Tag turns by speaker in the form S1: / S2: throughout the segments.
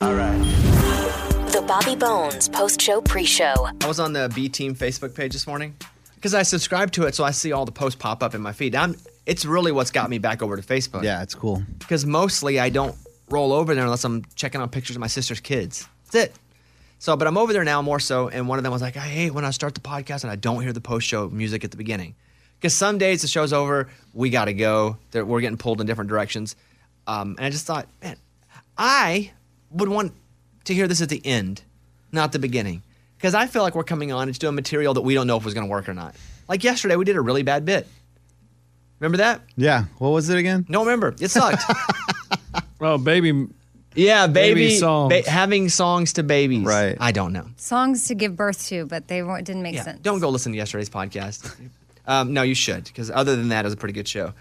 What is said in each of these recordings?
S1: All right.
S2: The Bobby Bones post show pre show.
S1: I was on the B Team Facebook page this morning because I subscribed to it, so I see all the posts pop up in my feed. I'm, it's really what's got me back over to Facebook.
S3: Yeah, it's cool.
S1: Because mostly I don't roll over there unless I'm checking on pictures of my sister's kids. That's it. So, but I'm over there now more so. And one of them was like, I hate when I start the podcast and I don't hear the post show music at the beginning. Because some days the show's over, we got to go. There- We're getting pulled in different directions. Um, and I just thought, man, I would want to hear this at the end, not the beginning. Because I feel like we're coming on and just doing material that we don't know if was going to work or not. Like yesterday, we did a really bad bit. Remember that?
S3: Yeah. What was it again?
S1: Don't remember. It sucked.
S4: Oh, baby.
S1: yeah, baby.
S4: Baby songs.
S1: ba- having songs to babies.
S3: Right.
S1: I don't know.
S5: songs to give birth to, but they weren't, didn't make
S1: Yeah,
S5: sense.
S1: don't go listen to yesterday's podcast. um, no, you should, because other than that, it was a pretty good show.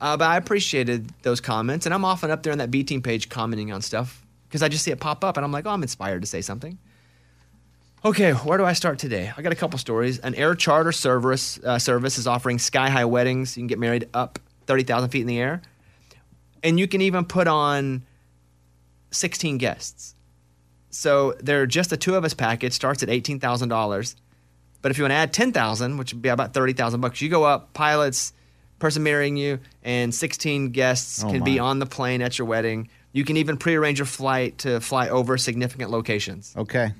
S1: Uh, but I appreciated those comments, and I'm often up there on that B Team page commenting on stuff because I just see it pop up, and I'm like, oh, I'm inspired to say something. Okay, where do I start today? I got a couple stories. An air charter service uh, service is offering sky high weddings. You can get married up thirty thousand feet in the air, and you can even put on sixteen guests. So they're just the two of us package starts at eighteen thousand dollars. But if you want to add ten thousand, which would be about thirty thousand bucks, you go up. Pilots, person marrying you, and sixteen guests
S3: Oh,
S1: can be
S3: my.
S1: on the plane at your wedding. You can even prearrange your flight to fly over significant locations.
S3: Okay.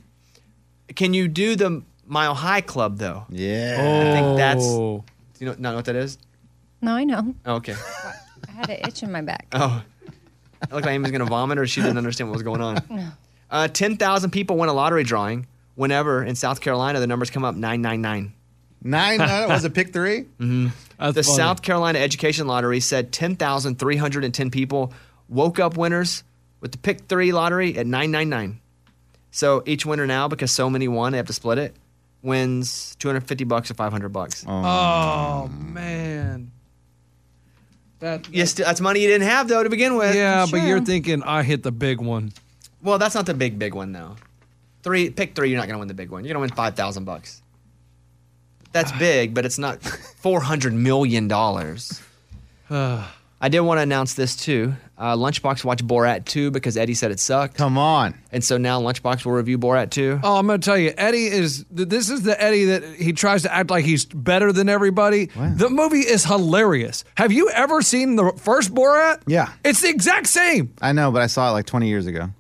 S1: Can you do the Mile High Club though?
S3: Yeah.
S1: I think that's. Do
S4: Oh.
S1: you know, not know what that is?
S5: No, I know.
S1: Oh, okay.
S5: I had an itch in my back.
S1: Oh, it looked like Amy's gonna vomit, or she didn't understand what was going on. Uh, Ten thousand people win a lottery drawing. Whenever in South Carolina, the numbers come up nine nine nine.
S3: Nine. nine was it pick three?
S4: Mm-hmm. That's
S1: The
S4: funny.
S1: South Carolina Education Lottery said 10,310 people woke up winners with the pick three lottery at 999. So each winner now, because so many won, they have to split it, wins 250 bucks or 500 bucks.
S4: Oh, man. That.
S1: Yes, that's money you didn't have though to begin with.
S4: Yeah, but you're
S5: Sure.
S4: thinking I hit the big one.
S1: Well, that's not the big big one though. Three pick three, you're not gonna win the big one. You're gonna win five thousand bucks. That's big, but it's not four hundred million dollars. I did want to announce this too. Uh, Lunchbox watched Borat 2 because Eddie said it sucked,
S3: Come on.
S1: and so now Lunchbox will review Borat 2.
S4: Oh, I'm going to tell you, Eddie is. th- This is the Eddie that he tries to act like he's better than everybody. The movie is hilarious. Have you ever seen the first Borat?
S3: Yeah.
S4: It's the exact same.
S3: I know, but I saw it like 20 years ago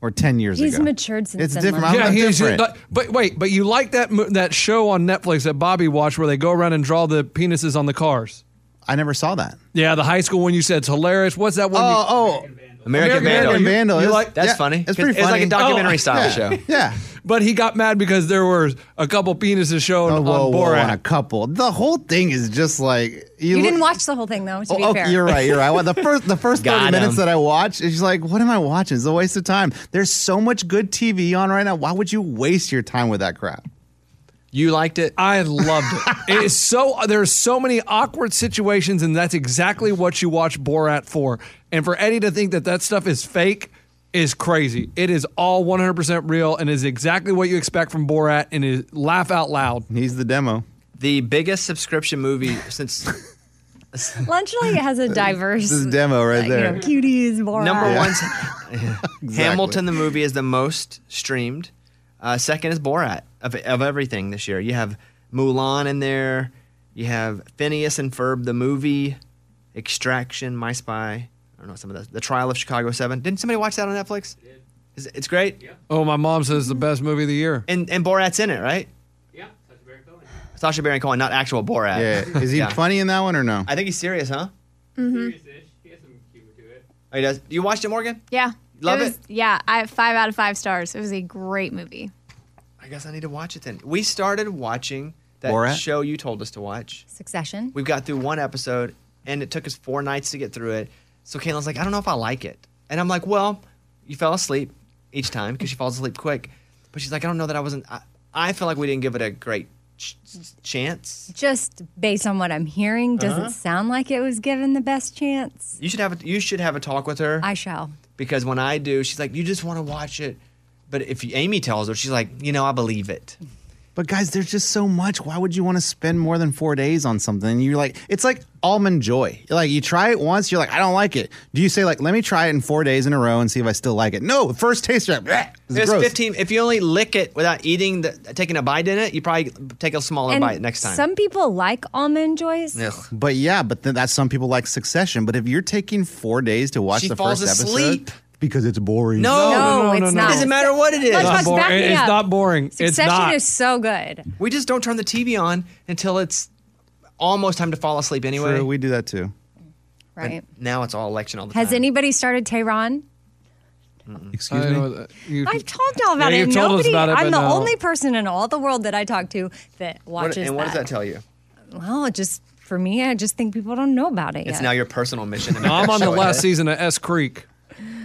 S3: or 10 years
S5: He's
S3: ago.
S5: matured since
S3: It's
S5: then,
S3: different.
S5: Mike.
S3: I'm
S4: yeah,
S3: not
S4: he's
S3: different.
S4: but- but wait, but you like that mo- that show on Netflix that Bobby watched where they go around and draw the penises on the cars?
S3: I never saw that.
S4: Yeah, the high school one you said it's hilarious. What's that one? you-
S3: Oh, oh.
S1: American,
S4: American Vandal.
S1: Vandal.
S3: American
S4: You-
S3: Vandal.
S4: you
S3: It's-
S4: like-
S1: That's
S3: yeah,
S1: funny.
S3: It's pretty funny. Oh,
S1: It's like a documentary style
S3: yeah.
S1: show.
S3: Yeah.
S4: But he got mad because there were a couple penises shown
S3: Oh, whoa,
S4: on
S3: whoa, on a
S4: Borat.
S3: couple. The whole thing is just like
S5: You
S3: look-
S5: didn't watch the whole thing though, to be
S3: Oh,
S5: fair.
S3: okay, you're right. You're right. Well, the first the first
S1: Got
S3: thirty minutes
S1: him.
S3: that I watch, it's just like, what am I watching? It's a waste of time. There's so much good TV on right now. Why would you waste your time with that crap?
S1: You liked it?
S4: I loved it. it is so there's so many awkward situations, and that's exactly what you watch Borat for. And for Eddie to think that that stuff is fake is crazy. It is all 100% real and is exactly what you expect from Borat, and is laugh out loud.
S3: He's the demo.
S1: The biggest subscription movie since
S5: Lunchley has a diverse
S3: is demo right
S5: uh,
S3: there.
S5: You know, cuties, Borat.
S1: number one's Hamilton, the movie, is the most streamed. Uh, second is Borat of, of everything this year. You have Mulan in there. You have Phineas and Ferb, the movie, Extraction, My Spy. I don't know some of those. The Trial of Chicago Seven. Didn't somebody watch that on Netflix? Is- It's great.
S4: Oh, my mom says it's the best movie of the year.
S1: And and Borat's in it, right?
S6: Yeah, Sacha Baron Cohen.
S1: Sasha Baron Cohen, not actual Borat.
S3: Yeah. Is he
S1: Yeah.
S3: funny in that one or no?
S1: I think he's serious, huh?
S6: Serious-ish. He has some humor to it.
S1: Oh, he does. You watched it, Morgan?
S7: Yeah.
S1: Love
S7: was,
S1: it?
S7: Yeah, I five out of five stars. It was a great movie.
S1: I guess I need to watch it then. We started watching that
S3: Borat?
S1: show you told us to watch.
S5: Succession.
S1: We've got through one episode, and it took us four nights to get through it. So Caitlin's like, I don't know if I like it, and I'm like, Well, you fell asleep each time because she falls asleep quick. But she's like, I don't know that I wasn't. I, I feel like we didn't give it a great ch- ch- chance.
S5: Just based on what I'm hearing, doesn't
S4: Uh-huh.
S5: sound like it was given the best chance.
S1: You should have a, you should have a talk with her.
S5: I shall.
S1: because when I do, she's like, "You just want to watch it," but if Amy tells her, she's like, "You know, I believe it."
S3: But guys, there's just so much. Why would you want to spend more than four days on something? You're like, it's like almond joy. Like you try it once, you're like, I don't like it. Do you say like, let me try it in four days in a row and see if I still like it? No, first taste, you're like, "Bleh, this is
S1: It's
S3: gross."
S1: 15. If you only lick it without eating, the, taking a bite in it, you probably take a smaller bite next time.
S5: Some people like almond joys.
S1: Ugh.
S3: But yeah, but then that's some people like Succession. But if you're taking four days to watch
S1: She
S3: the
S1: falls
S3: first
S1: asleep.
S3: episode because it's boring.
S1: No,
S5: No,
S4: No, no,
S5: it's
S4: no, no.
S5: not.
S1: it doesn't matter what it is.
S4: It's not
S5: Lunchbox,
S4: boring.
S5: back me
S4: It's
S5: up.
S4: not boring. It's
S5: Succession
S4: not.
S5: is so good.
S1: We just don't turn the TV on until it's almost time to fall asleep anyway.
S3: True, we do that too.
S5: Right.
S1: now it's all election all the
S5: Has
S1: time.
S5: anybody started Tehran?
S4: Mm.
S3: Excuse
S4: I
S3: me.
S4: know that you-
S5: I've told y'all about
S4: Yeah,
S5: it.
S4: you've told us
S5: Nobody,
S4: about it,
S5: I'm
S4: but
S5: the
S4: no.
S5: only person in all the world that I talk to that
S1: What,
S5: watches
S1: and what does that tell you?
S5: Well, it just for me, I just think people don't know about it
S1: It's
S5: yet.
S1: now your personal mission. to make
S4: No, I'm
S1: that
S4: on the
S1: show
S4: last
S1: ahead.
S4: season of S Creek.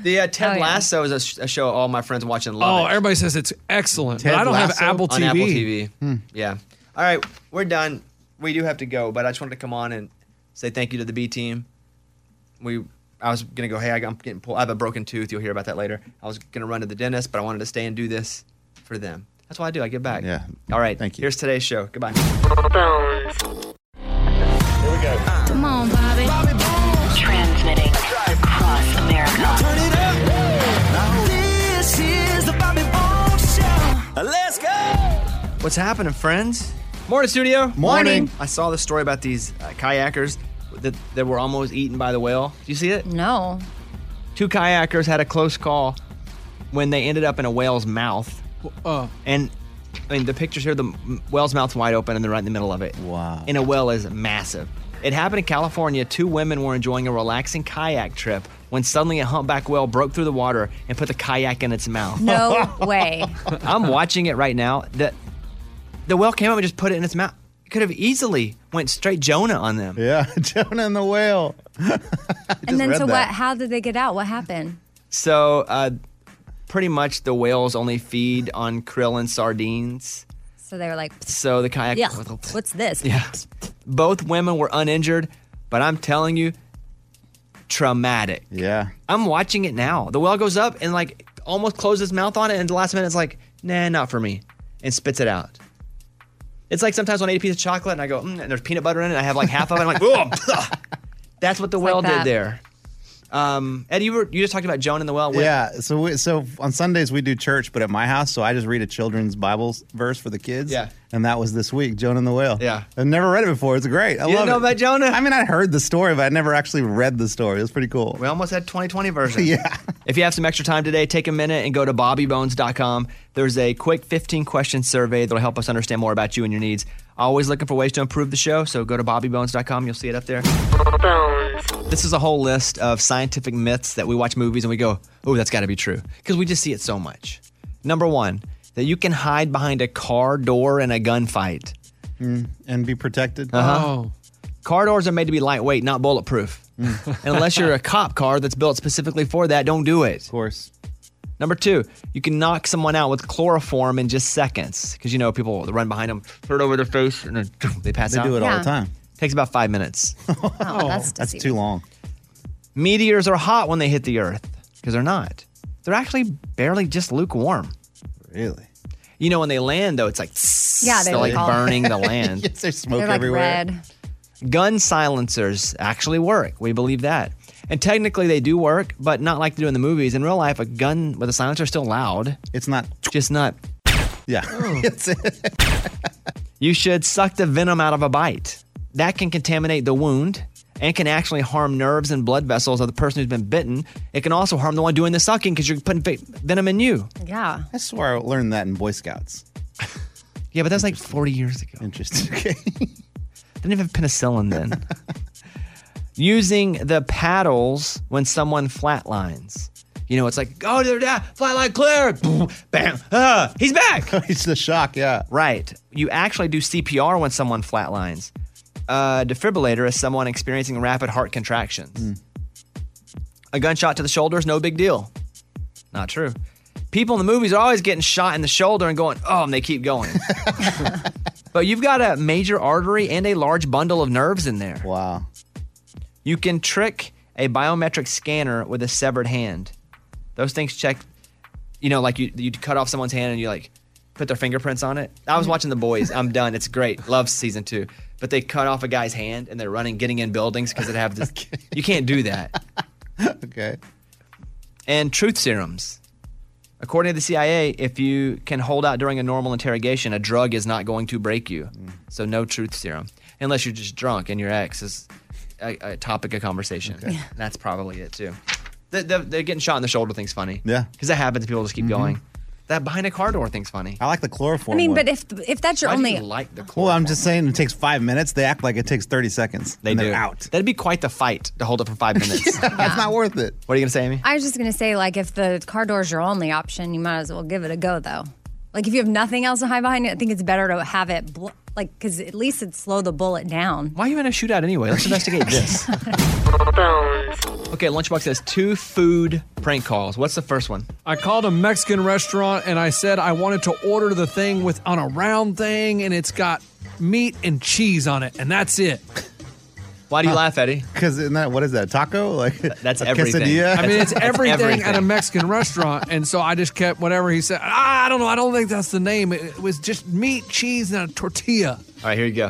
S1: The uh, Ted
S5: Oh, yeah.
S1: Lasso is a, sh- a show all my friends watch and love.
S4: Oh,
S1: it.
S4: everybody says it's excellent. but
S3: Ted
S4: I don't have
S3: Lasso?
S4: Apple
S1: on
S4: TV.
S1: Apple TV.
S3: Hmm.
S1: Yeah. All right, we're done. We do have to go, but I just wanted to come on and say thank you to the B team. We, I was gonna go. Hey, I got- I'm getting pulled. I have a broken tooth. You'll hear about that later. I was gonna run to the dentist, but I wanted to stay and do this for them. That's why I do. I give back.
S3: Yeah.
S1: All right.
S3: Thank you.
S1: Here's today's show. Goodbye.
S2: Bones.
S8: Here we go.
S9: Come on, Bobby.
S2: Transmitting across America.
S10: This is the Bobby Bones Show.
S8: Let's go.
S1: What's happening, friends? Morning, studio.
S3: Morning.
S1: I saw the story about these uh, kayakers that, that were almost eaten by the whale. Do you see it?
S5: no.
S1: Two kayakers had a close call when they ended up in a whale's mouth.
S4: Oh,
S1: And I mean, the pictures here, the m- whale's mouth's wide open and they're right in the middle of it.
S3: Wow.
S1: And a whale is massive. It happened in California. Two women were enjoying a relaxing kayak trip when suddenly a humpback whale broke through the water and put the kayak in its mouth.
S5: No way.
S1: I'm watching it right now. The, the whale came up and just put it in its mouth. It could have easily went straight Jonah on them.
S3: Yeah, Jonah and the whale.
S5: and then
S3: read
S5: so
S3: that.
S5: what how did they get out? What happened?
S1: So, uh, pretty much the whales only feed on krill and sardines.
S5: So they were like,
S1: So the kayak.
S5: yeah, what's this?
S1: Yeah. Both women were uninjured, but I'm telling you, traumatic.
S3: Yeah.
S1: I'm watching it now. The whale goes up and like almost closes its mouth on it, and the last minute it's like, nah, not for me, and spits it out. It's like sometimes when I eat a piece of chocolate and I go, mm, and there's peanut butter in it, and I have like half of it, and I'm like, oh, that's what the whale
S5: that.
S1: did there. Um, Eddie, you, were, you just talked about Joan and the whale. What-
S3: Yeah. So we, so on Sundays we do church, but at my house, so I just read a children's Bible s- verse for the kids.
S1: Yeah.
S3: And that was this week, Jonah and the Whale.
S1: Yeah.
S3: I've never read it before. It's great. I love
S1: You didn't know
S3: it.
S1: about Jonah?
S3: I mean, I heard the story, but I never actually read the story. It was pretty cool.
S1: We almost had 2020 version.
S3: Yeah.
S1: If you have some extra time today, take a minute and go to bobbybones.com. There's a quick 15 question survey that'll help us understand more about you and your needs. Always looking for ways to improve the show, so go to bobbybones.com. You'll see it up there.
S2: Bones.
S1: This is a whole list of scientific myths that we watch movies and we go, oh, that's got to be true. Because we just see it so much. Number one, that you can hide behind a car door in a gunfight.
S3: and be protected.
S1: Uh-huh.
S4: oh.
S1: Car doors are made to be lightweight, not bulletproof.
S3: Mm.
S1: Unless you're a cop car that's built specifically for that, don't do it.
S3: Of course.
S1: Number two, you can knock someone out with chloroform in just seconds because you know people run behind them, put it over their face, and then they pass
S3: They
S1: out.
S3: do it all
S5: Yeah.
S3: the time.
S1: Takes about five minutes.
S5: Oh, that's
S3: That's
S5: deceiving.
S3: too long.
S1: Meteors are hot when they hit the Earth because they're not. They're actually barely just lukewarm.
S3: Really?
S1: You know, when they land though, it's like
S5: Yeah,
S1: they
S5: they
S1: are like
S5: look all-
S1: burning the land.
S3: Yes, there's smoke
S5: They're like
S3: everywhere.
S5: red.
S1: Gun silencers actually work. We believe that. And technically, they do work, but not like they do in the movies. In real life, a gun with a silencer is still loud,
S3: It's not.
S1: just not.
S3: Yeah.
S1: Oh.
S3: It's-
S1: You should suck the venom out of a bite. That can contaminate the wound and can actually harm nerves and blood vessels of the person who's been bitten. It can also harm the one doing the sucking because you're putting ve- venom in you.
S5: Yeah.
S3: I swear I learned that in Boy Scouts.
S1: Yeah, but that's like 40 years ago.
S3: Interesting. Okay.
S1: Didn't even have penicillin then. Using the paddles when someone flatlines. You know, it's like, oh, there, yeah, flatline clear. Boom, bam, ah, he's back.
S3: it's the shock. Yeah.
S1: Right. You actually do CPR when someone flatlines. A defibrillator is someone experiencing rapid heart contractions. A gunshot to the shoulder is no big deal. Not true. People in the movies are always getting shot in the shoulder and going, oh, and they keep going. but you've got a major artery and a large bundle of nerves in there.
S3: Wow.
S1: You can trick a biometric scanner with a severed hand. Those things check, you know, like you you cut off someone's hand and you like put their fingerprints on it. I was watching The Boys. I'm done. It's great. Love season two. But they cut off a guy's hand and they're running, getting in buildings because it have this. You can't do that.
S3: okay.
S1: And truth serums. According to the CIA, if you can hold out during a normal interrogation, a drug is not going to break you.
S3: Mm.
S1: So no truth serum, unless you're just drunk and your ex is a, a topic of conversation. That's probably it too. The, the, the getting shot in the shoulder thing's funny.
S3: Yeah. Mm-hmm.
S1: because that happens. People just keep going. That behind a car door thing's funny.
S3: I like the chloroform.
S5: I mean,
S3: one.
S5: but if if that's your
S1: Why do
S5: only
S1: you like the
S3: well, I'm
S1: chloroform?
S3: just saying it takes five minutes. They act like it takes thirty seconds.
S1: They
S3: and
S1: do
S3: They're out.
S1: That'd be quite the fight to hold it for five minutes. What
S3: That's not worth it.
S1: are you gonna say, Amy?
S5: I was just gonna say, like, if the car door's your only option, you might as well give it a go, though. Like, if you have nothing else to hide behind it, I think it's better to have it, bl- like, because at least it'd slow the bullet down.
S1: Why are you in a shootout anyway? Let's investigate this. okay, Lunchbox has two food prank calls. What's the first one?
S4: I called a Mexican restaurant and I said I wanted to order the thing with on a round thing and it's got meat and cheese on it and that's it.
S1: Why do you laugh, Eddie?
S3: Because isn't that what is that a taco? Like
S1: That's
S3: a
S1: everything.
S3: quesadilla?
S4: I mean, it's
S1: That's
S4: everything,
S1: everything.
S4: at a Mexican restaurant, and so I just kept whatever he said. Ah, I don't know. I don't think that's the name. It, it was just meat, cheese, and a tortilla.
S1: All right, here you go.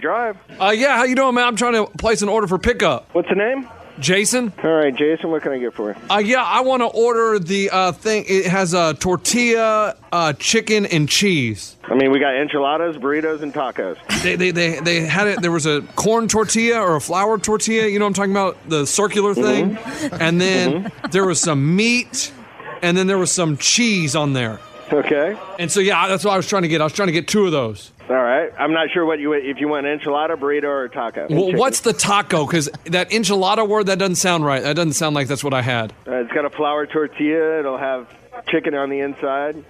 S9: Drive.
S4: Uh, yeah, how you doing, man? I'm trying to place an order for pickup.
S9: What's the name?
S4: Jason.
S9: All right, Jason, what can I get for you?
S4: Uh, yeah, I want to order the uh, thing. It has a tortilla, uh, chicken, and cheese.
S9: I mean, we got enchiladas, burritos, and tacos.
S4: They, they, they, they had it. There was a corn tortilla or a flour tortilla. You know what I'm talking about? The circular thing. And then there was some meat, and then there was some cheese on there.
S9: Okay.
S4: And so yeah, that's what I was trying to get. I was trying to get two of those.
S9: All right. I'm not sure what you if you want enchilada, burrito, or taco. And
S4: Well,
S9: chicken.
S4: what's the taco? Because that enchilada word that doesn't sound right. That doesn't sound like that's what I had.
S9: Uh, it's got a flour tortilla. It'll have chicken on the inside. And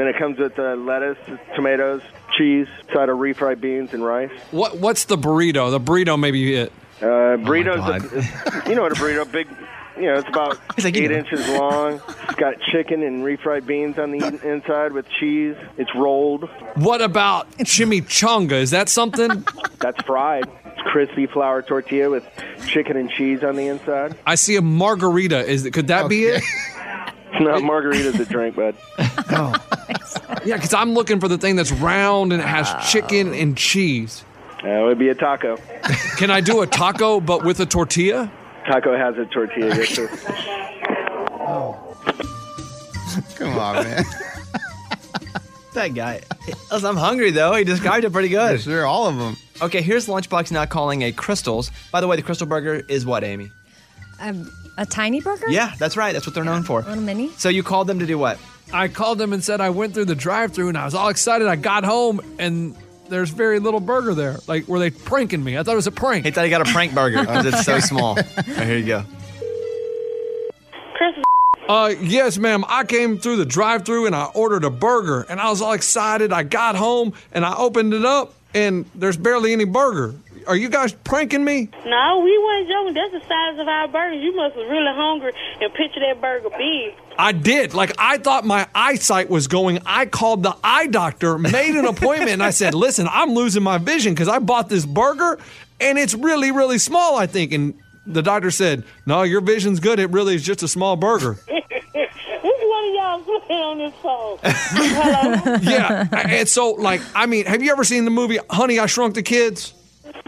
S9: then it comes with uh, lettuce, tomatoes, cheese, side of refried beans, and rice.
S4: What What's the burrito? The burrito maybe it.
S9: Uh, burritos,
S1: God.
S9: you know what a burrito big. You know, it's about
S1: He's like, you
S9: eight
S1: know.
S9: inches long. It's got chicken and refried beans on the inside with cheese. It's rolled.
S4: What about chimichanga? Is that something?
S9: That's fried. It's crispy flour tortilla with chicken and cheese on the inside.
S4: I see a margarita. Is it- could that be it?
S9: It's not margaritas a drink, bud.
S4: Yeah, because I'm looking for the thing that's round and it has chicken and cheese.
S9: That would be a taco.
S4: Can I do a taco but with a tortilla?
S9: Taco has a tortilla. Yes, sir.
S3: Come on, man.
S1: That guy. I'm hungry though. He described it pretty good.
S3: sure, all of them.
S1: Okay, here's Lunchbox now calling a Crystals. By the way, the Crystal Burger is what, Amy?
S5: Um, a tiny burger?
S1: Yeah, that's right. That's what they're known for.
S5: Little mini?
S1: So you called them to do what?
S4: I called them and said I went through the drive-through and I was all excited. I got home and there's very little burger there. Like, were they pranking me? I thought it was a prank.
S1: He thought he got a prank burger because it's so small. All right, here you go.
S4: Uh, yes, ma'am. I came through the drive-through and I ordered a burger, and I was all excited. I got home and I opened it up, and there's barely any burger. Are you guys pranking me?
S11: No, we wasn't joking. That's the size of our burgers. You must was really hungry and picture that burger big.
S4: I did. Like I thought my eyesight was going. I called the eye doctor, made an appointment, and I said, "Listen, I'm losing my vision because I bought this burger, and it's really, really small. I think." And the doctor said, "No, your vision's good. It really is just a small burger."
S11: Which one of y'all playing on this phone? Hello?
S4: yeah. And so, like, I mean, have you ever seen the movie Honey, I Shrunk the Kids?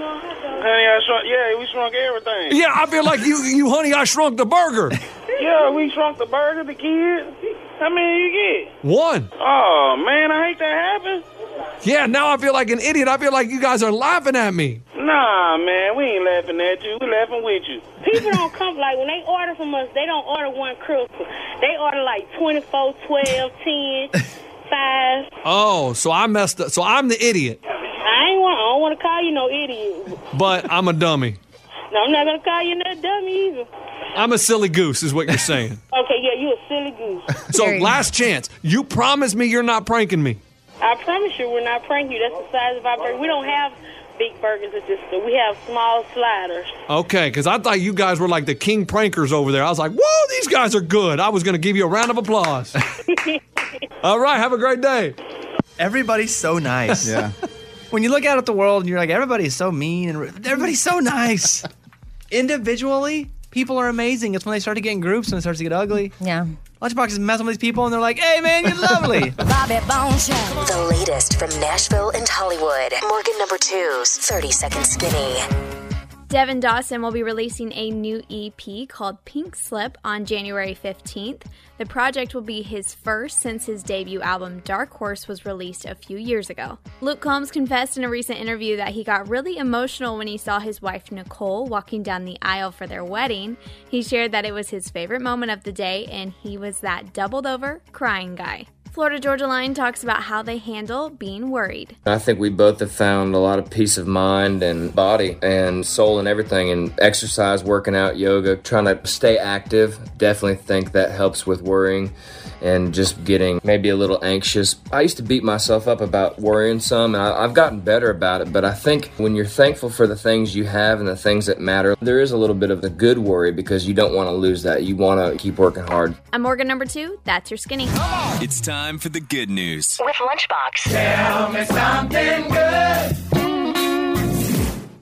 S11: Honey,
S9: I shrunk, yeah, we shrunk everything.
S4: Yeah, I feel like you, you, honey, I shrunk the burger.
S11: Yeah, we shrunk the burger, the kids. How many you get?
S4: One.
S11: Oh, man, I hate that happen.
S4: Yeah, now I feel like an idiot. I feel like you guys are laughing at me.
S11: Nah, man, we ain't laughing at you. We laughing with you. People don't come like when they order from us. They don't order one crystal. They order like 24, 12, 10, 5.
S4: Oh, so I messed up. So I'm the idiot,
S11: I ain't want. I don't want to call you no idiot.
S4: but I'm a dummy.
S11: No, I'm not gonna call you no dummy either.
S4: I'm a silly goose, is what you're saying.
S11: Okay, yeah, you a silly goose.
S4: So
S5: Very-
S4: last chance. You promise me you're not pranking me.
S11: I promise you, we're not pranking you. That's the size of our burger. We don't have big burgers at this store. We have small sliders.
S4: Okay, because I thought you guys were like the king prankers over there. I was like, whoa, these guys are good. I was going to give you a round of applause. All right, have a great day.
S1: Everybody's so nice.
S3: Yeah.
S1: When you look out at the world and you're like, everybody's so mean and ru- everybody's so nice. Individually, People are amazing. It's when they start to get in groups and it starts to get ugly.
S5: Yeah.
S1: Lunchbox is messing with these people and they're like, hey, man, you're lovely.
S2: Bobby Bones Show. The latest from Nashville and Hollywood. Morgan number two's 30 Second Skinny.
S12: Devin Dawson will be releasing a new EP called Pink Slip on January 15th. The project will be his first since his debut album Dark Horse was released a few years ago. Luke Combs confessed in a recent interview that he got really emotional when he saw his wife Nicole walking down the aisle for their wedding. He shared that it was his favorite moment of the day and he was that doubled over crying guy. Florida Georgia Line talks about how they handle being worried.
S13: I think we both have found a lot of peace of mind and body and soul and everything and exercise, working out, yoga, trying to stay active. Definitely think that helps with worrying and just getting maybe a little anxious. I used to beat myself up about worrying some, and I, I've gotten better about it. But I think when you're thankful for the things you have and the things that matter, there is a little bit of a good worry because you don't want to lose that. You want to keep working hard.
S12: I'm Morgan number two, that's your skinny.
S14: It's time for the good news.
S2: With Lunchbox.
S10: Tell me something good.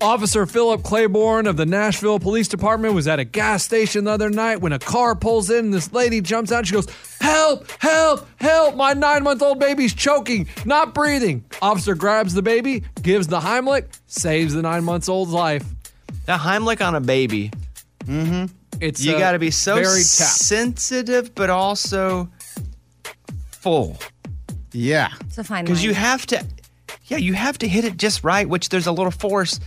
S4: Officer Philip Claiborne of the Nashville Police Department was at a gas station the other night when a car pulls in and this lady jumps out. She goes, Help, help, help. My nine month old baby's choking, not breathing. Officer grabs the baby, gives the Heimlich, saves the nine months old's life.
S1: That Heimlich on a baby.
S4: Mm hmm. It's
S1: you
S4: uh,
S1: got to be so
S4: very tapped.
S1: sensitive, but also full.
S3: Yeah.
S5: It's a fine
S1: Because you
S5: line.
S1: have to, yeah, you have to hit it just right, which there's a little force.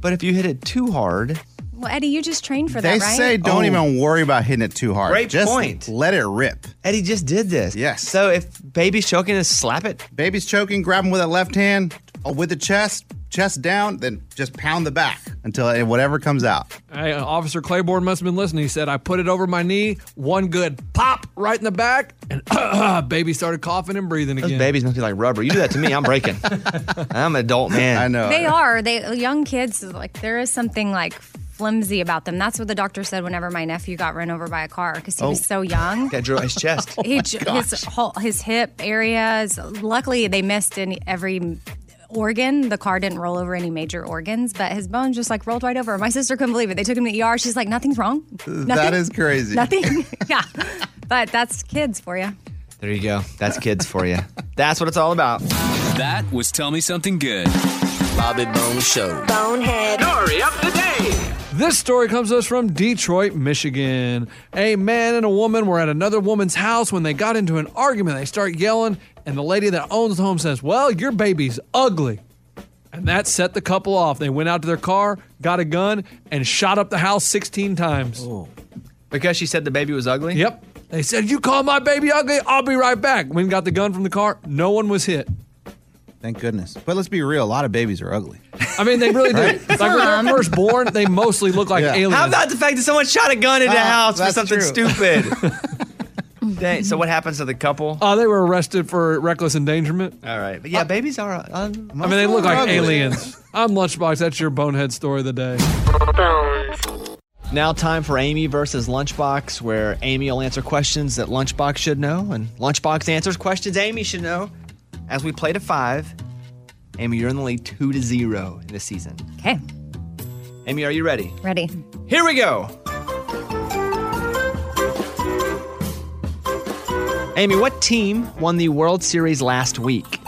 S1: But if you hit it too hard,
S5: Well, Eddie, you just trained for
S3: They
S5: that, right?
S3: say don't
S1: Oh.
S3: even worry about hitting it too hard.
S1: Great
S3: Just
S1: point.
S3: Let it rip.
S1: Eddie just did this.
S3: Yes.
S1: So if baby's choking, just slap it.
S3: Baby's choking, grab him with a left hand or with the chest, chest down, then just pound the back until it, whatever comes out.
S4: Hey, uh, Officer Claiborne must have been listening. He said, I put it over my knee, one good pop right in the back, and baby started coughing and breathing
S1: those
S4: again.
S1: babies must be like rubber. You do that to me, I'm breaking. I'm an adult man. I
S3: know.
S5: They are. They young kids like there is something like flimsy about them. That's what the doctor said whenever my nephew got run over by a car because he
S3: Oh.
S5: was so young.
S1: That drew his chest.
S5: he, j- his whole his hip areas. Luckily, they missed in every organ. The car didn't roll over any major organs, but his bones just like rolled right over. My sister couldn't believe it. They took him to the ER. She's like, nothing's wrong.
S3: That
S5: Nothing.
S3: is crazy.
S5: Nothing. yeah, but that's kids for you.
S1: There you go. That's kids for you. That's what it's all about.
S14: That was Tell Me Something Good. Bobby Bones Show.
S2: Bonehead.
S14: Story of the day.
S4: This story comes to us from Detroit, Michigan. A man and a woman were at another woman's house when they got into an argument. They start yelling, and the lady that owns the home says, Well, your baby's ugly. And that set the couple off. They went out to their car, got a gun, and shot up the house 16 times.
S1: Oh. Because she said the baby was ugly?
S4: Yep. They said, You call my baby ugly? I'll be right back. When got the gun from the car, no one was hit.
S3: Thank goodness. But let's be real, a lot of babies are ugly.
S4: I mean, they really do. Like when they're first born, they mostly look like aliens.
S1: How about the fact that someone shot a gun into the
S4: Ah,
S1: house for
S4: that's
S1: something
S4: true.
S1: stupid? Dang, so what happens to the couple?
S4: Oh, they were arrested for reckless endangerment.
S1: All right. But yeah, babies are. Uh, I mean,
S4: I mean, they look like aliens. I'm Lunchbox. That's your bonehead story of the day.
S1: Now, time for Amy versus Lunchbox, where Amy will answer questions that Lunchbox should know, and Lunchbox answers questions Amy should know. As we play to five, Amy, you're in the lead two to zero in this season.
S5: Okay,
S1: Amy, are you ready?
S5: ready.
S1: Here we go. Amy, what team won the World Series last week?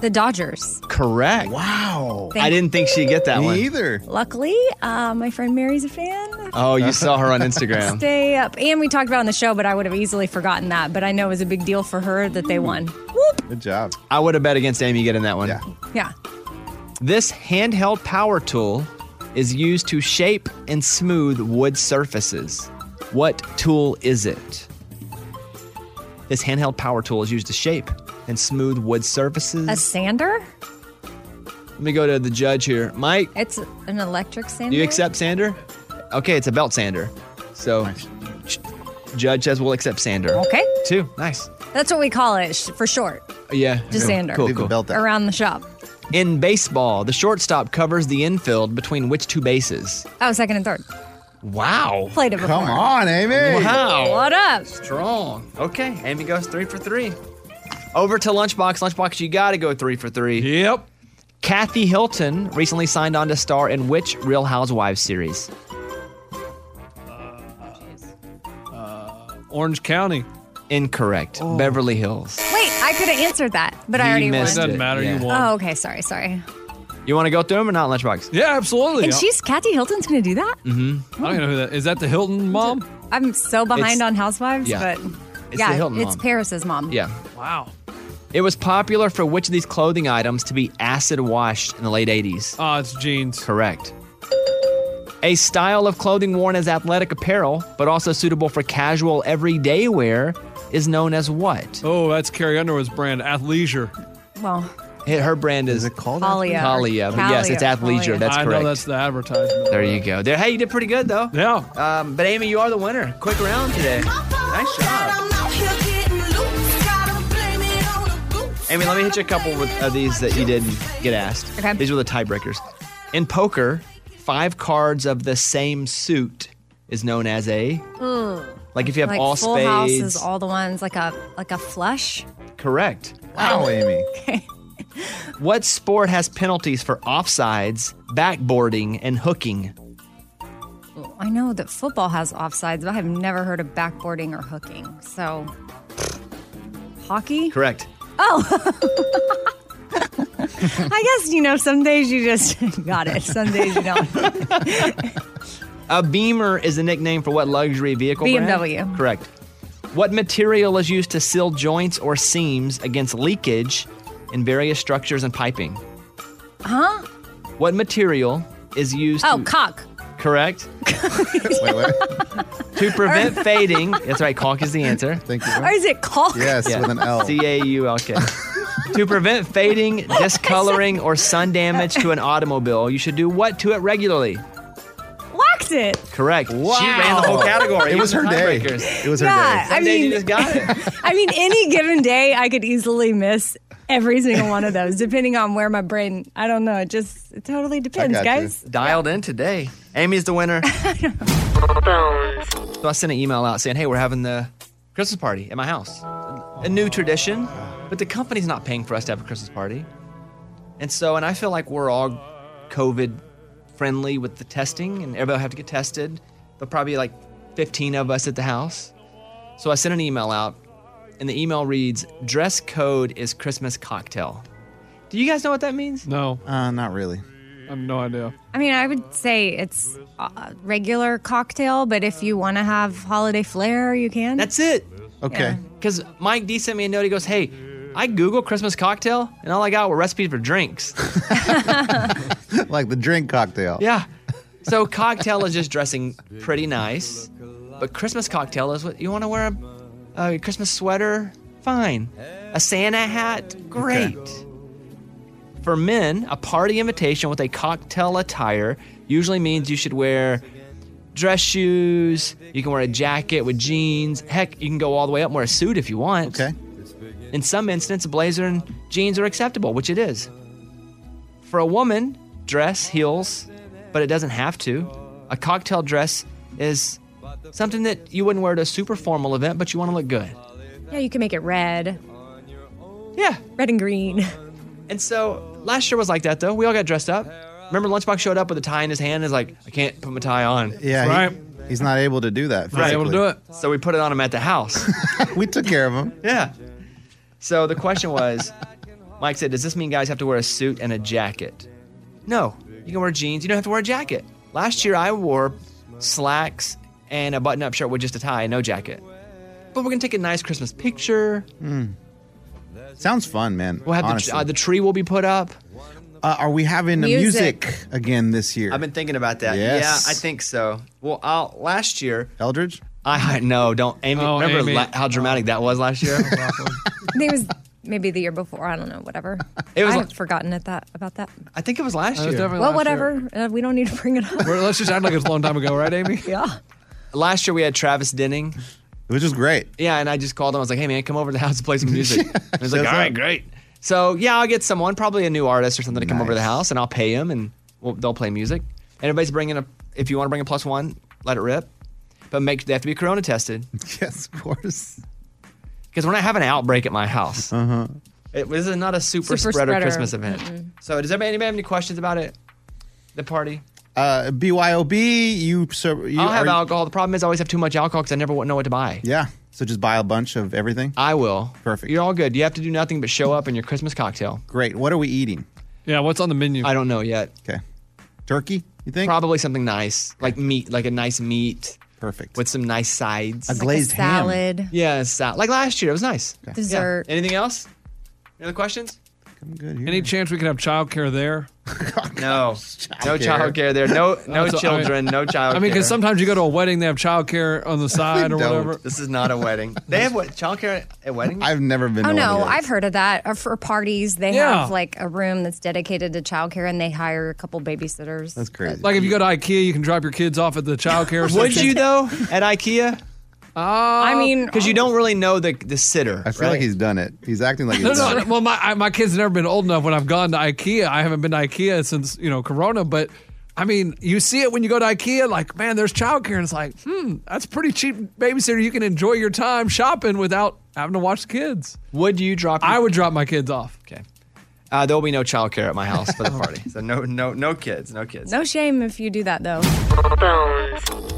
S5: The Dodgers.
S1: Correct.
S3: Wow.
S1: I didn't think she'd get that one.
S3: either.
S5: Luckily, uh, my friend Mary's a fan.
S1: Oh, you saw her on Instagram.
S5: Stay up. And we talked about it on the show, but I would have easily forgotten that. But I know it was a big deal for her that they won.
S3: Good job.
S1: I would have bet against Amy getting that one.
S5: Yeah.
S1: This handheld power tool is used to shape and smooth wood surfaces. What tool is it? This handheld power tool is used to shape and smooth wood surfaces.
S5: A sander?
S1: Let me go to the judge here. Mike,
S5: It's an electric sander.
S1: do you accept sander? Okay, it's a belt sander. So, j- judge says we'll accept sander.
S5: Okay.
S1: Two. Nice.
S5: That's what we call it sh- for short.
S1: Yeah.
S5: Just sander.
S1: Cool, cool.
S5: Around the shop.
S1: In baseball, the shortstop covers the infield between which two bases?
S5: Oh, second and third.
S1: Wow.
S5: Played it before.
S1: Wow.
S5: What up?
S1: Strong. Okay, Amy goes three for three. Over to Lunchbox. Lunchbox, you got to go three for three.
S4: Yep.
S1: Kathy Hilton recently signed on to star in which Real Housewives series?
S4: Orange County.
S1: Incorrect. Beverly Hills.
S5: Wait, I could have answered that, Oh. but I
S1: You
S5: already won.
S1: missed Doesn't it, matter, you yeah. won.
S5: Oh, okay. Sorry, sorry.
S1: You want to go through them or not, Lunchbox?
S4: Yeah, absolutely.
S5: And she's Kathy Hilton's going to do that.
S1: Mm-hmm.
S4: I don't even know who that is. That the Hilton mom?
S5: I'm so behind
S1: It's-
S5: on Housewives,
S1: yeah.
S5: but
S1: It's
S5: yeah,
S1: the Hilton
S5: it's
S1: mom.
S5: Paris's mom.
S1: Yeah.
S4: Wow.
S1: It was popular for which of these clothing items to be acid washed in the late 80s?
S4: Ah, it's jeans.
S1: Correct. A style of clothing worn as athletic apparel, but also suitable for casual everyday wear, is known as what?
S4: Oh, that's Carrie Underwood's brand, athleisure.
S5: Well,
S1: It- Her brand is, it
S3: called
S5: Kalia.
S1: Kalia. But yes, it's
S5: Kalia.
S1: athleisure. That's
S4: I
S1: correct.
S4: know that's the advertisement.
S1: There you go. There. Hey, you did pretty good though.
S4: Yeah.
S1: Um, but Amy, you are the winner. Quick round today. Nice job. Amy, let me hit you a couple with, of these that you didn't get asked. Okay. These were the tiebreakers. In poker, five cards of the same suit is known as a.
S5: Ugh.
S1: Like if you have
S5: Hmm. like
S1: all
S5: full
S1: spades.
S5: house is all the ones like a like a flush.
S1: Correct.
S3: Wow, Amy.
S1: What sport has penalties for offsides, backboarding, and hooking?
S5: I know that football has offsides, but I have never heard of backboarding or hooking. So, hockey.
S1: Correct.
S5: Oh. I guess you know. Some days you just got it. Some days you don't.
S1: A beamer is a nickname for what luxury vehicle? brand?
S5: BMW.
S1: Correct. What material is used to seal joints or seams against leakage in various structures and piping?
S5: Huh?
S1: What material is used?
S5: Oh,
S1: to,
S5: cock.
S1: correct. to prevent fading. That's right. Caulk is the answer. Thank you.
S5: Or is it caulk?
S1: C A U L K. To prevent fading, discoloring, or sun damage to an automobile, you should do what to it regularly?
S5: Whacked it.
S1: Correct. She ran the whole category.
S3: It was her
S1: Even the
S3: day.
S1: tiebreakers.
S3: It was her
S5: Yeah,
S3: day.
S5: I mean, I mean, any given day, I could easily miss every single one of those, depending on where my brain. I don't know. It just it totally depends, guys.
S1: Dialed in today. Amy's the winner. so I sent an email out saying, hey, we're having the Christmas party at my house. A new tradition, but the company's not paying for us to have a Christmas party. And so, and I feel like we're all COVID friendly with the testing, and everybody will have to get tested. There'll probably be like 15 of us at the house. So I sent an email out, and the email reads, dress code is Christmas cocktail. Do you guys know what that means?
S4: No.
S3: Uh, not really.
S4: I have no idea.
S5: I mean, I would say it's a regular cocktail, but if you want to have holiday flair, you can.
S1: That's it.
S5: Okay.
S1: Because Mike D sent me a note. He goes, "Hey, I Google Christmas cocktail, and all I got were recipes for drinks.
S3: like the drink cocktail.
S1: yeah. So cocktail is just dressing pretty nice, but Christmas cocktail is what you want to wear a, a Christmas sweater. Fine. A Santa hat. Great. For men, a party invitation with a cocktail attire usually means you should wear dress shoes. You can wear a jacket with jeans. Heck, you can go all the way up and wear a suit if you want. Okay. In some instances, a blazer and jeans are acceptable, which it is. For a woman, dress, heels, but it doesn't have to. A cocktail dress is something that you wouldn't wear to a super formal event, but you want to look good.
S5: Yeah, you can make it red.
S1: Yeah.
S5: Red and green.
S1: And so last year was like that though. We all got dressed up. Remember, Lunchbox showed up with a tie in his hand and is like, I can't put my tie on.
S3: Yeah, he- he's not able to do that.
S1: Not able to
S3: physically.
S1: do it. So we put it on him at the house.
S3: we took care of him.
S1: Yeah. So the question was Mike said, Does this mean guys have to wear a suit and a jacket? No. You can wear jeans. You don't have to wear a jacket. Last year I wore slacks and a button up shirt with just a tie and no jacket. But we're going to take a nice Christmas picture.
S3: Mm. Sounds fun, man.
S1: We'll have
S3: honestly.
S1: the, uh, the tree will be put up.
S3: Uh, are we having music.
S1: Music.
S3: music again this year?
S1: I've been thinking about that.
S3: Yes.
S1: Yeah, I think so. Well, I'll, last year.
S3: Eldridge?
S1: I I know. Don't. Amy,
S4: Oh,
S1: remember
S4: Amy.
S1: la- how dramatic that was last year?
S5: I think it was maybe the year before. I don't know. Whatever.
S1: It was
S5: I've
S1: like- Oh,
S5: forgotten at that about that.
S1: I think it was last
S4: That was
S1: year.
S4: definitely
S5: well, whatever. Uh, we don't need to bring it up.
S4: Well, let's just act like it's a long time ago, right, Amy?
S5: yeah.
S1: Last year we had Travis Denning.
S3: Which is great.
S1: Yeah, and I just called him. I was like, hey, man, come over to the house and play some music. And he's like,
S3: Shows
S1: all right,
S3: up.
S1: great. So, yeah, I'll get someone, probably a new artist or something, to come over to the house, and I'll pay him, and we'll, they'll play music. And everybody's bringing a, if you want to bring a plus one, let it rip. But make they have to be corona tested.
S3: Yes, of course.
S1: Because we're not having an outbreak at my house. Uh-huh. this is not a super,
S5: Super
S1: spreader,
S5: spreader.
S1: Christmas event. So, does everybody, anybody have any questions about it? The party?
S3: Uh, BYOB, you. So, you
S1: I'll have
S3: are-
S1: alcohol. The problem is I always have too much alcohol because I never wa- know what to buy.
S3: Yeah. So just buy a bunch of everything?
S1: I will.
S3: Perfect.
S1: You're all good. You have to do nothing but show up in your Christmas cocktail.
S3: Great. What are we eating?
S4: Yeah, what's on the menu?
S1: I don't know yet.
S3: Okay. Turkey, you think?
S1: Probably something nice, like meat, like a nice meat.
S3: Perfect.
S1: With some nice sides.
S3: A Like a glazed ham. salad.
S1: Yeah, a salad. Like last year, it was nice. Yeah.
S5: Dessert.
S1: Anything else? Any other questions?
S3: I'm good here.
S4: Any chance we could have childcare there?
S1: no. No child care there. No no
S4: That's what- I mean-
S1: children, no child
S4: I mean, because sometimes you go to a wedding, they have childcare on the side or whatever.
S1: This is not a wedding. They have what child care at weddings?
S3: I've never been
S5: Oh no, I've heard of that. Uh, For parties, they
S4: Yeah.
S5: have like a room that's dedicated to childcare, and they hire a couple babysitters.
S3: That's crazy.
S4: Like if you go to IKEA, you can drop your kids off at the childcare.
S1: Would
S4: section.
S1: you though at IKEA?
S4: Oh, I
S5: mean,
S1: because you don't really know the the sitter.
S3: I feel like he's done it. He's acting like he's
S4: No,
S3: done
S4: no.
S3: it.
S4: Well, my I, my kids have never been old enough when I've gone to IKEA. I haven't been to IKEA since you know Corona, but. I mean, you see it when you go to IKEA, like, man, there's childcare. And it's like, hmm, that's pretty cheap babysitter. You can enjoy your time shopping without having to watch the kids.
S1: Would you drop
S4: I would drop my kids off.
S1: Okay. Uh, there will be no child care at my house for the party. so no no no kids, no kids.
S5: No shame if you do that though.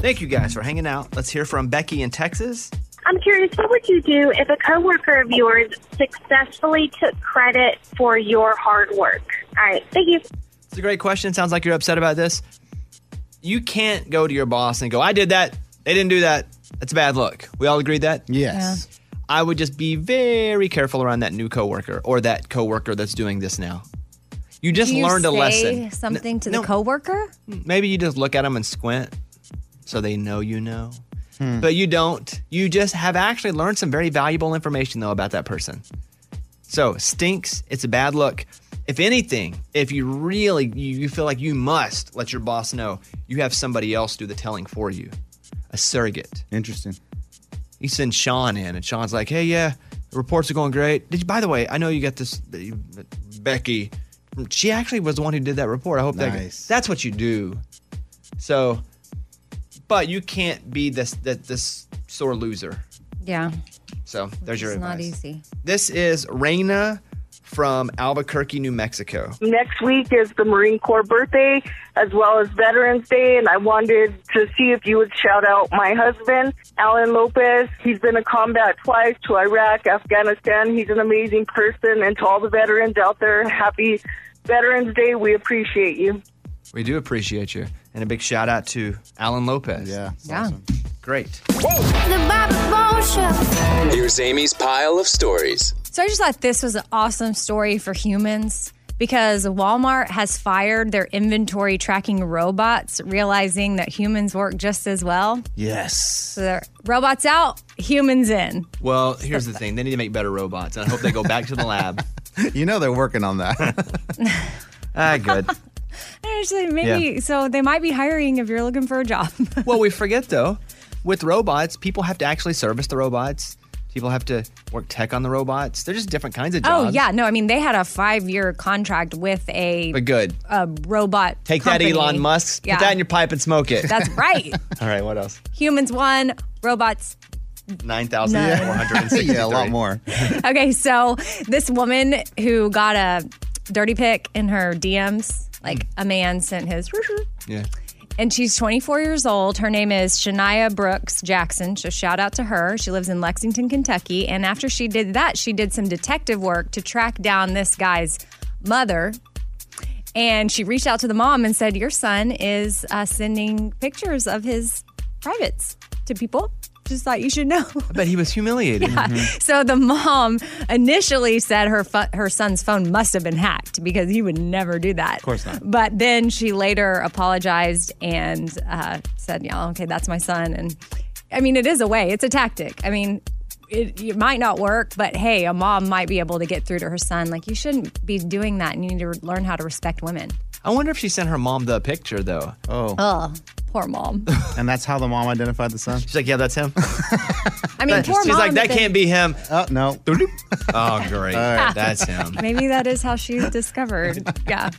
S1: Thank you guys for hanging out. Let's hear from Becky in Texas.
S15: I'm curious, what would you do if a coworker of yours successfully took credit for your hard work? All right, thank you.
S1: It's a great question. Sounds like you're upset about this. You can't go to your boss and go, I did that. They didn't do that. That's a bad look. We all agreed that?
S3: Yes.
S1: I would just be very careful around that new coworker or that coworker that's doing this now. You just
S5: Do you
S1: learned a
S5: say
S1: lesson.
S5: Something to the coworker.
S1: Maybe you just look at them and squint so they know you know. But you don't. You just have actually learned some very valuable information, though, about that person. So, stinks. It's a bad look. If anything, if you really you, you feel like you must let your boss know, you have somebody else do the telling for you, a surrogate.
S3: Interesting.
S1: You send Sean in, and Sean's like, "Hey, yeah, the reports are going great. Did you, by the way, I know you got this uh, Becky. She actually was the one who did that report. I hope
S3: Nice.
S1: that that's what you do. So, but you can't be this that this sore loser.
S5: Yeah,
S1: So there's your
S5: it's
S1: advice.
S5: not easy.
S1: This is Raina from Albuquerque, New Mexico.
S16: Next week is the Marine Corps birthday as well as Veterans Day, and I wanted to see if you would shout out my husband, Alan Lopez. He's been in combat twice to Iraq, Afghanistan. He's an amazing person, and to all the veterans out there, happy Veterans Day. We appreciate you.
S1: We do appreciate you, and a big shout out to Alan Lopez. Yeah,
S5: yeah,
S1: great.
S14: Here's Amy's pile of stories.
S5: So I just thought this was an awesome story for humans because Walmart has fired their inventory tracking robots, realizing that humans work just as well.
S3: Yes.
S5: So they're robots out, humans in.
S1: Well, here's the thing: they need to make better robots, and I hope they go back to the lab.
S3: you know they're working on that.
S1: ah, good.
S5: Actually, maybe
S1: Yeah.
S5: so they might be hiring if you're looking for a job.
S1: well, we forget though, with robots, people have to actually service the robots. People have to work tech on the robots. They're just different kinds of
S5: oh
S1: jobs.
S5: yeah, no, I mean they had a five-year contract with a
S1: But good.
S5: a robot.
S1: Take
S5: company.
S1: that, Elon Musk.
S5: Yeah.
S1: Put that in your pipe and smoke it.
S5: That's right.
S1: All right, what else?
S5: humans won, robots
S1: 9,463.
S3: Yeah, a lot more.
S5: okay, so this woman who got a dirty pic in her DMs, like a man sent his,
S1: Yeah.
S5: and she's 24 years old. Her name is Shania Brooks Jackson. So shout out to her. She lives in Lexington, Kentucky. And after she did that, she did some detective work to track down this guy's mother. And she reached out to the mom and said, Your son is uh, sending pictures of his privates to people. Just thought you should know.
S1: But he was humiliated.
S5: So the mom initially said her fu- her son's phone must have been hacked because he would never do that. Of
S1: course not.
S5: But then she later apologized and uh, said, "Yeah, okay, that's my son." And I mean, it is a way; it's a tactic. I mean. It, it might not work, but hey, a mom might be able to get through to her son. Like, you shouldn't be doing that, and you need to re- learn how to respect women.
S1: I wonder if she sent her mom the picture, though.
S3: Oh.
S5: Ugh, poor mom.
S3: And that's how the mom identified the son? She's
S1: like, yeah, that's him.
S5: I mean, poor
S1: She's
S5: mom.
S1: like, that
S5: if it-
S1: can't be him.
S3: Oh, no.
S1: oh, great. That's him.
S5: Maybe that is how she's discovered. Yeah.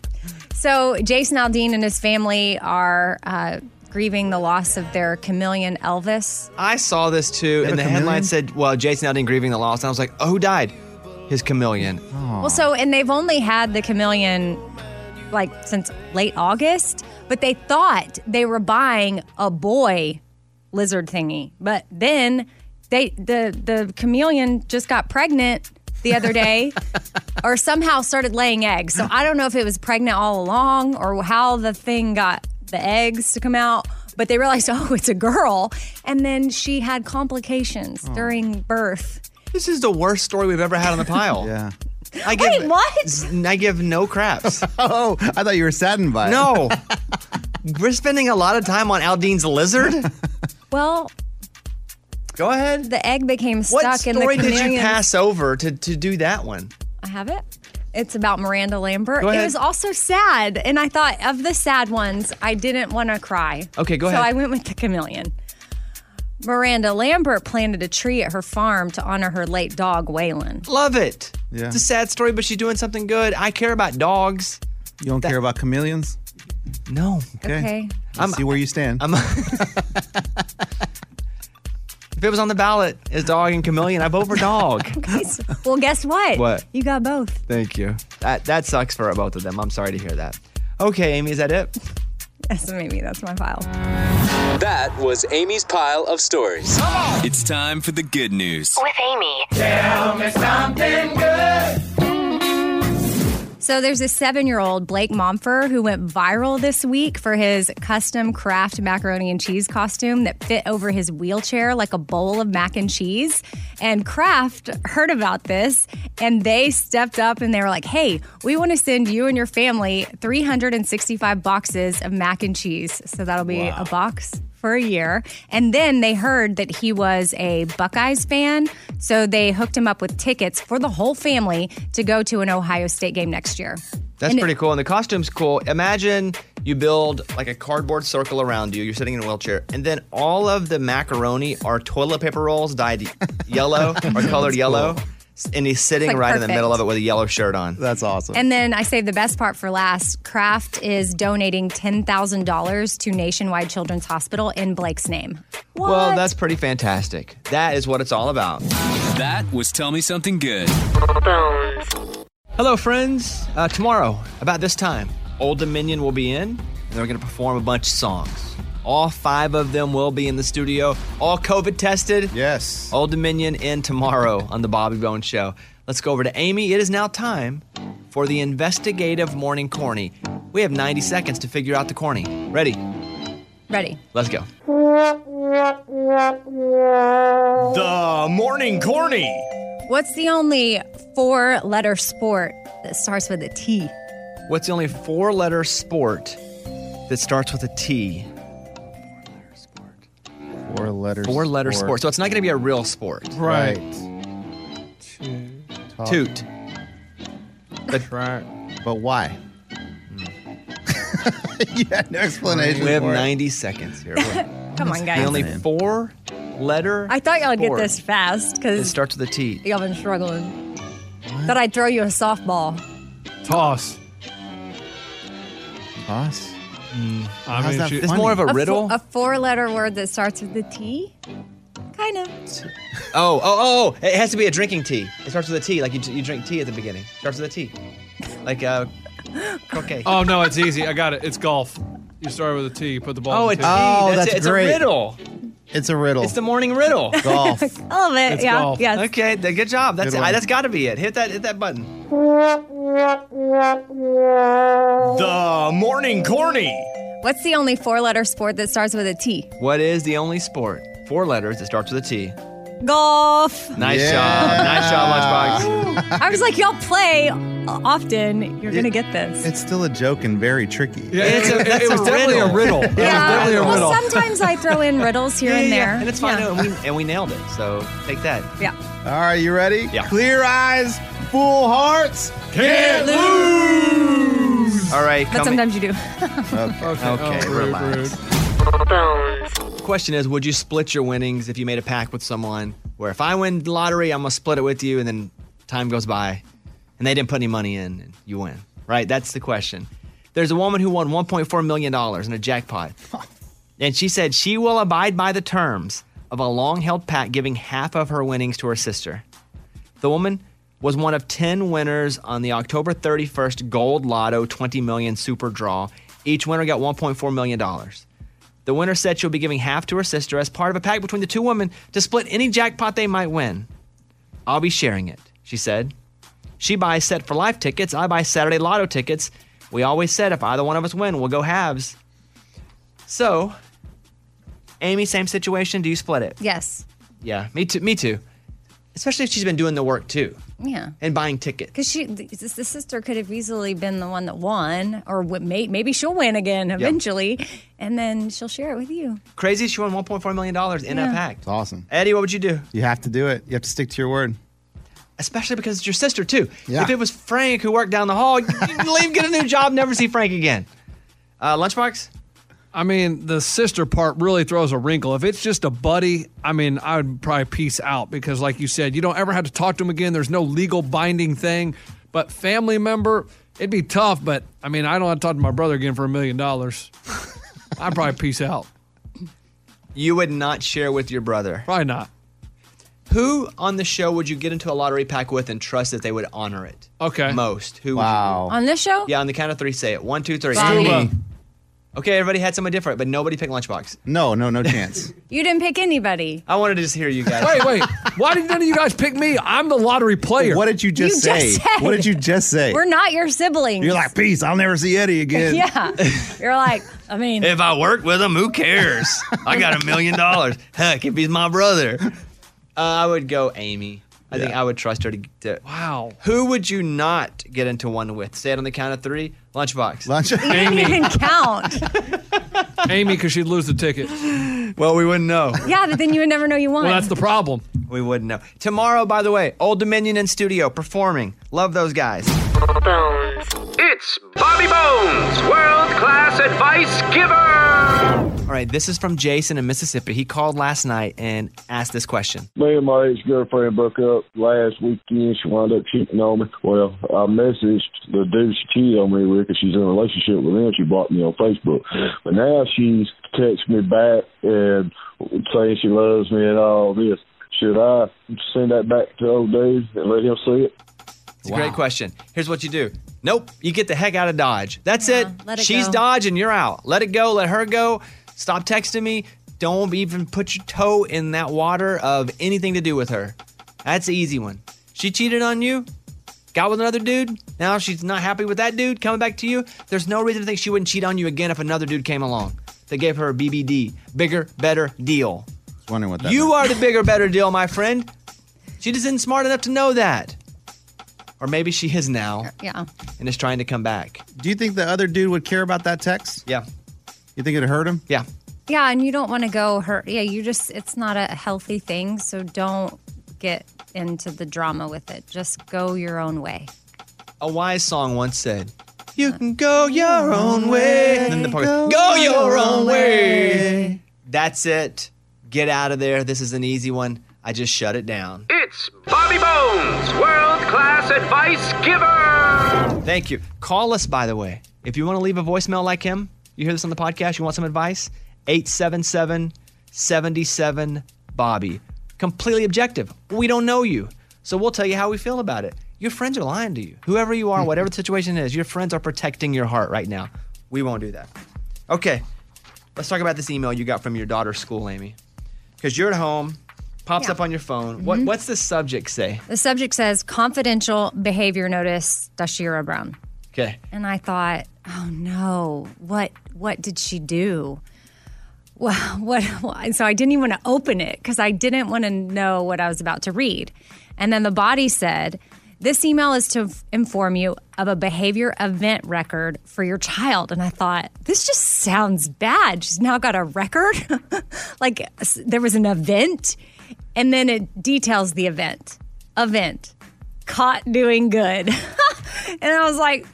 S5: So Jason Aldean and his family are uh, grieving the loss of their chameleon Elvis.
S1: I saw this too, and the headline said, well, Jason Aldean grieving the loss. And I was like, oh, who died? His chameleon.
S5: Well, so and they've only had the chameleon like since late August, but they thought they were buying a boy lizard thingy, but then. they the the chameleon just got pregnant the other day or somehow started laying eggs. So I don't know if it was pregnant all along or how the thing got the eggs to come out, but they realized, oh, it's a girl. And then she had complications
S1: Hmm.
S5: during birth.
S1: This is the worst story we've ever had on the pile. yeah. I give, Wait,
S5: what?
S1: I give no craps.
S3: oh, I thought you were saddened by it.
S1: No. We're spending a lot of time on Aldine's lizard.
S5: Well,
S1: Go ahead.
S5: the egg became stuck
S1: What
S5: in the
S1: story
S5: chameleon.
S1: did you pass over to, to do that one?
S5: I have it. It's about Miranda Lambert.
S1: Go
S5: It
S1: ahead.
S5: was also sad. And I thought of the sad ones, I didn't want to cry.
S1: Okay, go
S5: so
S1: ahead.
S5: I went with the chameleon. Miranda Lambert planted a tree at her farm to honor her late dog, Waylon.
S1: Love it.
S3: Yeah.
S1: It's a sad story, but she's doing something good. I care about dogs.
S3: You don't care about chameleons?
S1: No.
S3: Okay.
S5: Okay.
S3: Let's see where you stand.
S1: If it was on the ballot as dog and chameleon, I vote for dog.
S5: Okay, so- well, guess what?
S1: What?
S5: You got both.
S1: Thank you. That that sucks for both of them. I'm sorry to hear that. Okay, Amy, is that it?
S5: Yes, maybe that's my file.
S14: That was Amy's pile of stories. It's time for the good news.
S2: With Amy.
S10: Tell me something good.
S5: So there's a seven-year-old Blake Momfer who went viral this week for his custom craft macaroni and cheese costume that fit over his wheelchair like a bowl of mac and cheese. And Kraft heard about this and they stepped up and they were like, "Hey, we want to send you and your family 365 boxes of mac and cheese." So that'll be a box for a year. And then they heard that he was a Buckeyes fan. So they hooked him up with tickets for the whole family to go to an Ohio State game next year.
S1: That's
S5: And it-
S1: pretty cool. And the costume's cool. Imagine you build like a cardboard circle around you. You're sitting in a wheelchair, and then all of the macaroni are toilet paper rolls dyed yellow or colored yellow. And he's sitting
S5: It's, like,
S1: right in the middle of
S5: perfect.
S1: it with a yellow shirt on.
S3: That's awesome.
S5: And then I saved the best part for last. Kraft is donating $10,000 to Nationwide Children's Hospital in Blake's name.
S1: Well, that's pretty fantastic. That is what it's all about.
S14: That was Tell Me Something Good.
S1: Hello, friends. Uh, tomorrow, about this time, Old Dominion will be in, and they're going to perform a bunch of songs. All five of them will be in the studio, all COVID tested.
S3: Yes.
S1: Old Dominion in tomorrow on the Bobby Bone Show. Let's go over to Amy. It is now time for the investigative morning corny. We have 90 seconds to figure out the corny. Ready?
S5: Ready.
S1: Let's go.
S5: The
S1: morning corny.
S5: What's the only four letter sport that starts with a T?
S1: What's the only four letter sport that starts with a T?
S3: Four letter
S1: Four letter sport. So it's not going to be a real sport.
S3: Right. Top.
S1: Toot. But,
S3: but why? you had no explanation.
S1: We have
S3: for it.
S1: 90 seconds here.
S5: Come on,
S1: The
S5: guys.
S1: only four letter
S5: I thought y'all would get
S1: sport
S5: this fast
S1: that
S5: because
S1: starts with a T.
S5: y'all been struggling. Thought I'd throw you a softball.
S4: Toss.
S3: Toss?
S4: I
S1: How's
S4: mean,
S1: that
S4: she-
S1: funny? It's more of a
S5: fo-
S1: riddle?
S5: a four letter word that starts with the T? Kind of.
S1: Oh, oh, oh, it has to be a drinking tea. It starts with a T, like you, you drink tea at the beginning. starts with a T. Like, uh, okay.
S4: Oh no, it's easy. I got it. It's golf. You started with a T. You put the ball.
S1: Oh,
S4: in the
S1: a T.
S4: tee.
S1: that's, it. It's a riddle.
S3: It's a riddle.
S1: It's the morning riddle.
S3: Golf.
S5: All of it.
S1: It's
S5: yeah.
S1: golf.
S5: Yes.
S1: Okay, th- good job. That's
S3: Good
S1: I,
S3: one.
S1: that's got to be it. Hit that hit that button.
S10: The
S1: morning corny.
S5: What's the only four letter sport that starts with a T?
S1: What is the only sport four letters that starts with a T?
S5: Golf.
S1: Nice job. Nice job, Lunchbox.
S5: I was like, y'all play often. You're going to get this.
S3: It's still a joke and very tricky.
S4: Yeah, it's a- it was definitely a riddle. It was definitely a
S5: well,
S4: riddle.
S5: sometimes I throw in riddles here
S1: Yeah,
S5: and
S1: yeah,
S5: there.
S1: yeah. And it's fine.
S5: Yeah.
S1: And, we, and we nailed it. So take that.
S5: yeah.
S3: All right, you ready?
S1: Yeah.
S3: Clear eyes, full hearts.
S1: Can't
S3: lose.
S1: All right.
S5: But
S1: coming-
S5: sometimes you do.
S3: Okay.
S4: Okay.
S1: Okay,
S4: Oh, rude,
S1: relax.
S4: rude.
S1: Question is, would you split your winnings if you made a pact with someone where if I win the lottery, I'm gonna split it with you, and then time goes by, and they didn't put any money in, and you win, right? That's the question. There's a woman who won 1.4 million dollars in a jackpot, and she said she will abide by the terms of a long-held pact, giving half of her winnings to her sister. The woman was one of 10 winners on the October 31st Gold Lotto 20 million super draw. Each winner got $1.4 million. The winner said she'll be giving half to her sister as part of a pact between the two women to split any jackpot they might win. I'll be sharing it, she said. She buys set for life tickets, I buy Saturday lotto tickets. We always said if either one of us win, we'll go halves. So, Amy, same situation. Do you split it?
S5: Yes.
S1: Yeah, me too. Me too. Especially if she's been doing the work too
S5: Yeah.
S1: and buying tickets.
S5: Because she, the, the sister could have easily been the one that won, or w- may, maybe she'll win again eventually, and then she'll share it with you.
S1: Crazy, she won $1.4 million in
S5: Yeah.
S1: a pact.
S3: It's awesome.
S1: Eddie, what would you do?
S3: You have to do it. You have to stick to your word.
S1: Especially because it's your sister too.
S3: Yeah.
S1: If it was Frank who worked down the hall, you leave, get a new job, never see Frank again. Uh, lunchbox?
S4: I mean, the sister part really throws a wrinkle. If it's just a buddy, I mean, I would probably peace out because, like you said, you don't ever have to talk to him again. There's no legal binding thing. But family member, it'd be tough. But I mean, I don't have to talk to my brother again for a million dollars. I'd probably peace out.
S1: You would not share with your brother.
S4: Probably not.
S1: Who on the show would you get into a lottery pack with and trust that they would honor it?
S4: Okay.
S1: Most. Who wow.
S5: On this show?
S1: Yeah, on the count of three, say it. One, two, three.
S5: Bonnie. Scuba.
S1: Okay, everybody had something different, but nobody picked Lunchbox.
S3: No, no, no chance.
S5: You didn't pick anybody.
S1: I wanted to just hear you guys.
S4: Wait, wait. Why did none of you guys pick me? I'm the lottery player.
S3: What did you just
S5: You
S3: say?
S5: just said-
S3: What did you just say?
S5: We're not your siblings.
S3: You're like, peace, I'll never see Eddie again.
S5: yeah. You're like, I mean,
S1: If I work with him, who cares? I got a million dollars. Heck, if he's my brother, uh, I would go Amy. I think I would trust her to, to.
S4: Wow.
S1: Who would you not get into one with? Say it on the count of three. Lunchbox. Lunch.
S5: you didn't even count.
S4: Amy, because she'd lose the ticket.
S1: Well, we wouldn't know.
S5: Yeah, but then you would never know you won.
S4: problem.
S1: We wouldn't know. Tomorrow, by the way, Old Dominion in studio performing. Love those guys.
S10: It's Bobby Bones, world class advice giver.
S1: All right, this is from Jason in Mississippi. He called last night and asked this question.
S17: Me and my ex girlfriend broke up last weekend. She wound up cheating on me. Well, I messaged the dude she cheated on me with 'cause she's in a relationship with him. She blocked me on Facebook. But now she's texting me back and saying she loves me and all this. Should I send that back to old dude and let him see it?
S1: It's a great question. Here's what you do. Nope, you get the heck out of Dodge. That's it.
S5: let it
S1: She's
S5: go.
S1: Dodge and you're out. Let it go. Let her go. Stop texting me. Don't even put your toe in that water of anything to do with her. That's the easy one. She cheated on you, got with another dude. Now she's not happy with that dude coming back to you. There's no reason to think she wouldn't cheat on you again if another dude came along. They gave her a BBD, bigger, better deal.
S3: Just wondering what that
S1: You are the bigger, better deal, my friend. She just isn't smart enough to know that. Or maybe she is now
S5: yeah.
S1: and is trying to come back.
S3: Do you think the other dude would care about that text?
S1: Yeah.
S3: You think it'd hurt him?
S1: Yeah.
S5: Yeah, and you don't want to go hurt. Yeah, you just, it's not a healthy thing. So don't get into the drama with it. Just go your own way.
S1: A wise song once said, You can go your own way. And then the part goes, Go your own way. That's it. Get out of there. This is an easy one. I just shut it down.
S10: It's Bobby Bones, world class advice giver.
S1: Thank you. Call us, by the way. If you want to leave a voicemail like him, you hear this on the podcast, you want some advice, 877 77 Bobby. Completely objective. We don't know you. So we'll tell you how we feel about it. Your friends are lying to you. Whoever you are, whatever the situation is, your friends are protecting your heart right now. We won't do that. Okay. Let's talk about this email you got from your daughter's school, Amy. Because you're at home, pops
S5: Yeah. Uh,
S1: up on your phone. What,
S5: Mhm.
S1: what's the subject say?
S5: The subject says confidential behavior notice, Dashira Brown.
S1: Okay.
S5: And I thought, oh no, what what did she do? Well, what? And so I didn't even want to open it because I didn't want to know what I was about to read. And then the body said, "This email is to f- inform you of a behavior event record for your child." And I thought, this just sounds bad. She's now got a record, like s- there was an event, and then it details the event. Event caught doing good. and I was like,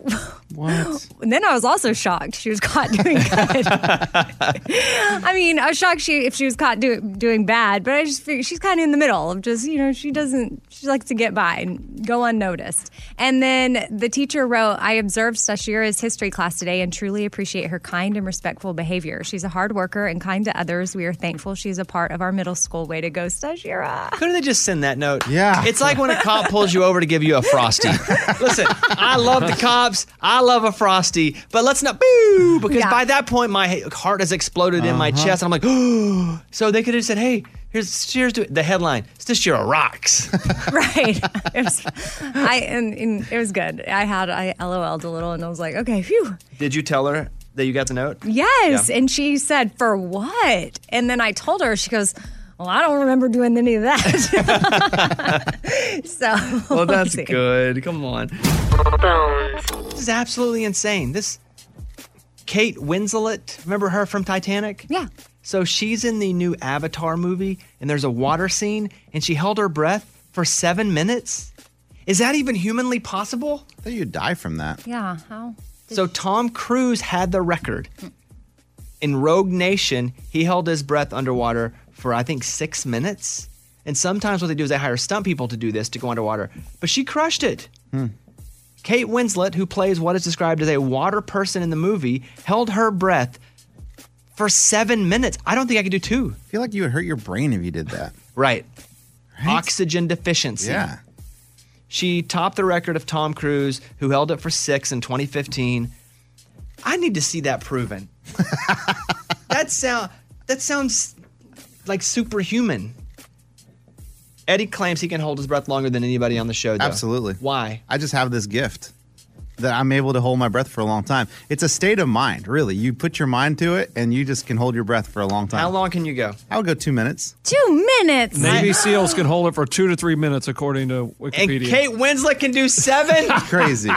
S3: what?
S5: And then I was also shocked she was caught doing good. I mean, I was shocked she if she was caught do, doing bad, but I just figured she's kind of in the middle of just, you know, she doesn't, she likes to get by and go unnoticed. And then the teacher wrote, I observed Sashira's history class today and truly appreciate her kind and respectful behavior. She's a hard worker and kind to others. We are thankful she's a part of our middle school. Way to go, Sashira.
S1: Couldn't they just send that note?
S3: Yeah.
S1: It's like when a cop pulls you over to give you a frosty. Listen, I love the cops. I I love a frosty, but let's not boo because by that point my heart has exploded in my
S18: Uh-huh.
S1: chest. I'm like, oh. So they could have said, hey, here's cheers to it. The headline: Stishira rocks.
S5: right. It was, I and, and it was good. I had I LOL'd a little and I was like, okay, phew.
S1: Did you tell her that you got the note?
S5: Yes.
S1: Yeah.
S5: And she said, for what? And then I told her, she goes, well, I don't remember doing any of that. so
S1: well, Oh, that's
S5: see.
S1: good. Come on. This is absolutely insane. This Kate Winslet, remember her from Titanic?
S5: Yeah.
S1: So she's in the new Avatar movie, and there's a water scene, and she held her breath for seven minutes. Is that even humanly possible? I thought you'd die from that.
S5: Yeah. How?
S1: So Tom Cruise had the record. In Rogue Nation, he held his breath underwater for I think six minutes. And sometimes what they do is they hire stunt people to do this to go underwater. But she crushed it.
S3: Hmm.
S1: Kate Winslet, who plays what is described as a water person in the movie, held her breath for seven minutes. I don't think I could do two.
S3: I feel like you would hurt your brain if you did that.
S1: Right. Oxygen deficiency.
S3: Yeah.
S1: She topped the record of Tom Cruise, who held it for six in 2015. I need to see that proven. that sound that sounds like superhuman. Eddie claims he can hold his breath longer than anybody on the show. Though.
S3: Absolutely.
S1: Why?
S3: I just have this gift that I'm able to hold my breath for a long time. It's a state of mind, really. You put your mind to it and you just can hold your breath for a long time. How
S1: long can you go?
S3: I would go two minutes.
S5: Two minutes.
S4: Navy SEALs can hold it for two to three minutes, according to
S1: And
S4: Wikipedia.
S1: Kate Winslet can do seven.
S3: Crazy.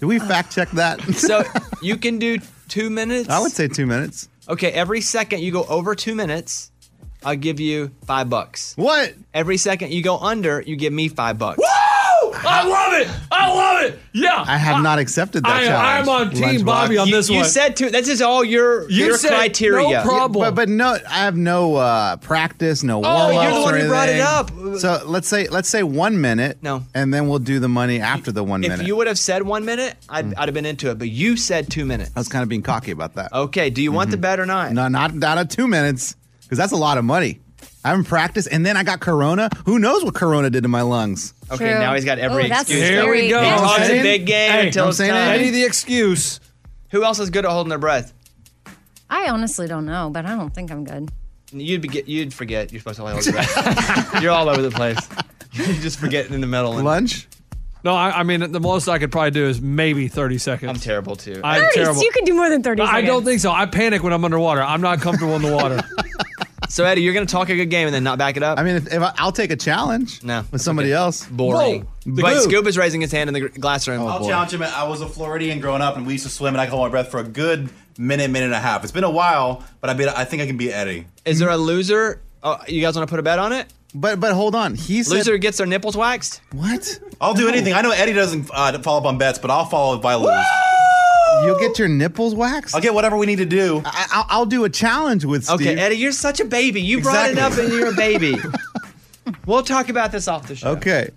S3: Do we fact check that?
S1: so you can do two minutes.
S3: I would say two minutes.
S1: Okay, every second you go over two minutes, I'll give you five bucks.
S3: What?
S1: Every second you go under, you give me five bucks.
S4: I love it. I love it. Yeah.
S3: I have not accepted that
S4: I- I'm
S3: challenge.
S4: on Team
S3: Lunchbox.
S4: Bobby on this
S1: You said two. This is all your
S3: You
S1: your
S3: said no
S1: criteria.
S3: problem. But, but no, I have no uh, practice, no warm
S1: but Oh, you're the one who brought it up.
S3: So let's say let's say one minute.
S1: No.
S3: And then we'll do the money after the one
S1: if
S3: minute.
S1: you would have said one minute,
S3: Mm.
S1: I'd, I'd have been into it. But you said two minutes.
S3: I was kind of being cocky about that.
S1: Okay. Do you want the bet or not?
S3: No, Mm-hmm. not not at two minutes because that's a lot of money. I haven't practiced, and then I got Corona. Who knows what Corona did to my lungs?
S1: Okay, True. now he's got every Oh, that's excuse.
S4: Here we go.
S1: He talks
S4: I'm
S1: a
S4: saying-
S1: big game
S4: Hey,
S1: until
S4: I'm
S1: it's
S4: saying
S1: time.
S4: Eddie the excuse.
S1: Who else is good at holding their breath?
S5: I honestly don't know, but I don't think I'm good.
S1: You'd be, you'd forget you're supposed to hold your breath. you're all over the place. You just forget in the middle. And
S3: Lunch?
S4: No, I, I mean the most I could probably do is maybe 30 seconds. I'm
S1: terrible too.
S4: I'm
S5: Thirty-
S4: terrible.
S5: You could do more than 30
S4: I
S5: seconds.
S4: don't think so. I panic when I'm underwater. I'm not comfortable in the water.
S1: So Eddie, you're gonna talk a good game and then not back it up. I
S3: mean, if, if I, I'll take a challenge.
S1: No,
S3: with somebody else.
S1: Boring.
S3: Whoa.
S1: But
S3: Dude.
S1: Scuba's raising his hand in the gr- glass
S3: Oh,
S1: room.
S19: I'll challenge him. I was a Floridian growing up, and we used to swim, and I could hold my breath for a good minute, minute and a half. It's been a while, but I, bet I think I can beat Eddie.
S1: Is there a loser? Oh, you guys want to put a bet on it?
S3: But but hold on, he's
S1: loser Oh. gets their nipples waxed.
S3: What?
S19: I'll do anything. I know Eddie doesn't uh, follow up on bets, but I'll follow if I lose.
S3: You'll get your nipples waxed. I'll
S19: get whatever we need to do.
S3: I, I'll, I'll do a challenge with Steve.
S1: Okay, Eddie, you're such a baby. You brought it up
S3: Exactly.
S1: and you're a baby. we'll talk about this off the show.
S3: Okay.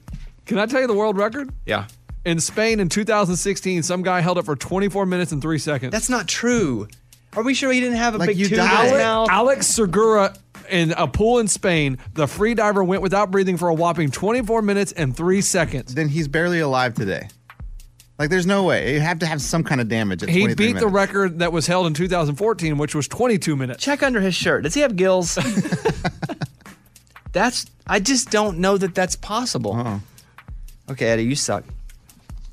S4: Can I tell you the world record?
S1: Yeah.
S4: In Spain in 2016, some guy held it for 24 minutes and three seconds.
S1: That's not true. Are we sure he didn't have a big tube in his
S4: Ale-
S1: mouth?
S4: Alex Segura in a pool in Spain, the free diver went without breathing for a whopping 24 minutes and three seconds.
S3: Then he's barely alive today. Like, there's no way. You have to have some kind of damage. At
S4: He
S3: 23
S4: beat
S3: minutes.
S4: the record that was held in 2014, which was 22 minutes.
S1: Check under his shirt. Does he have gills? That's. I just don't know that that's possible.
S3: Uh-huh.
S1: Okay, Eddie, you suck.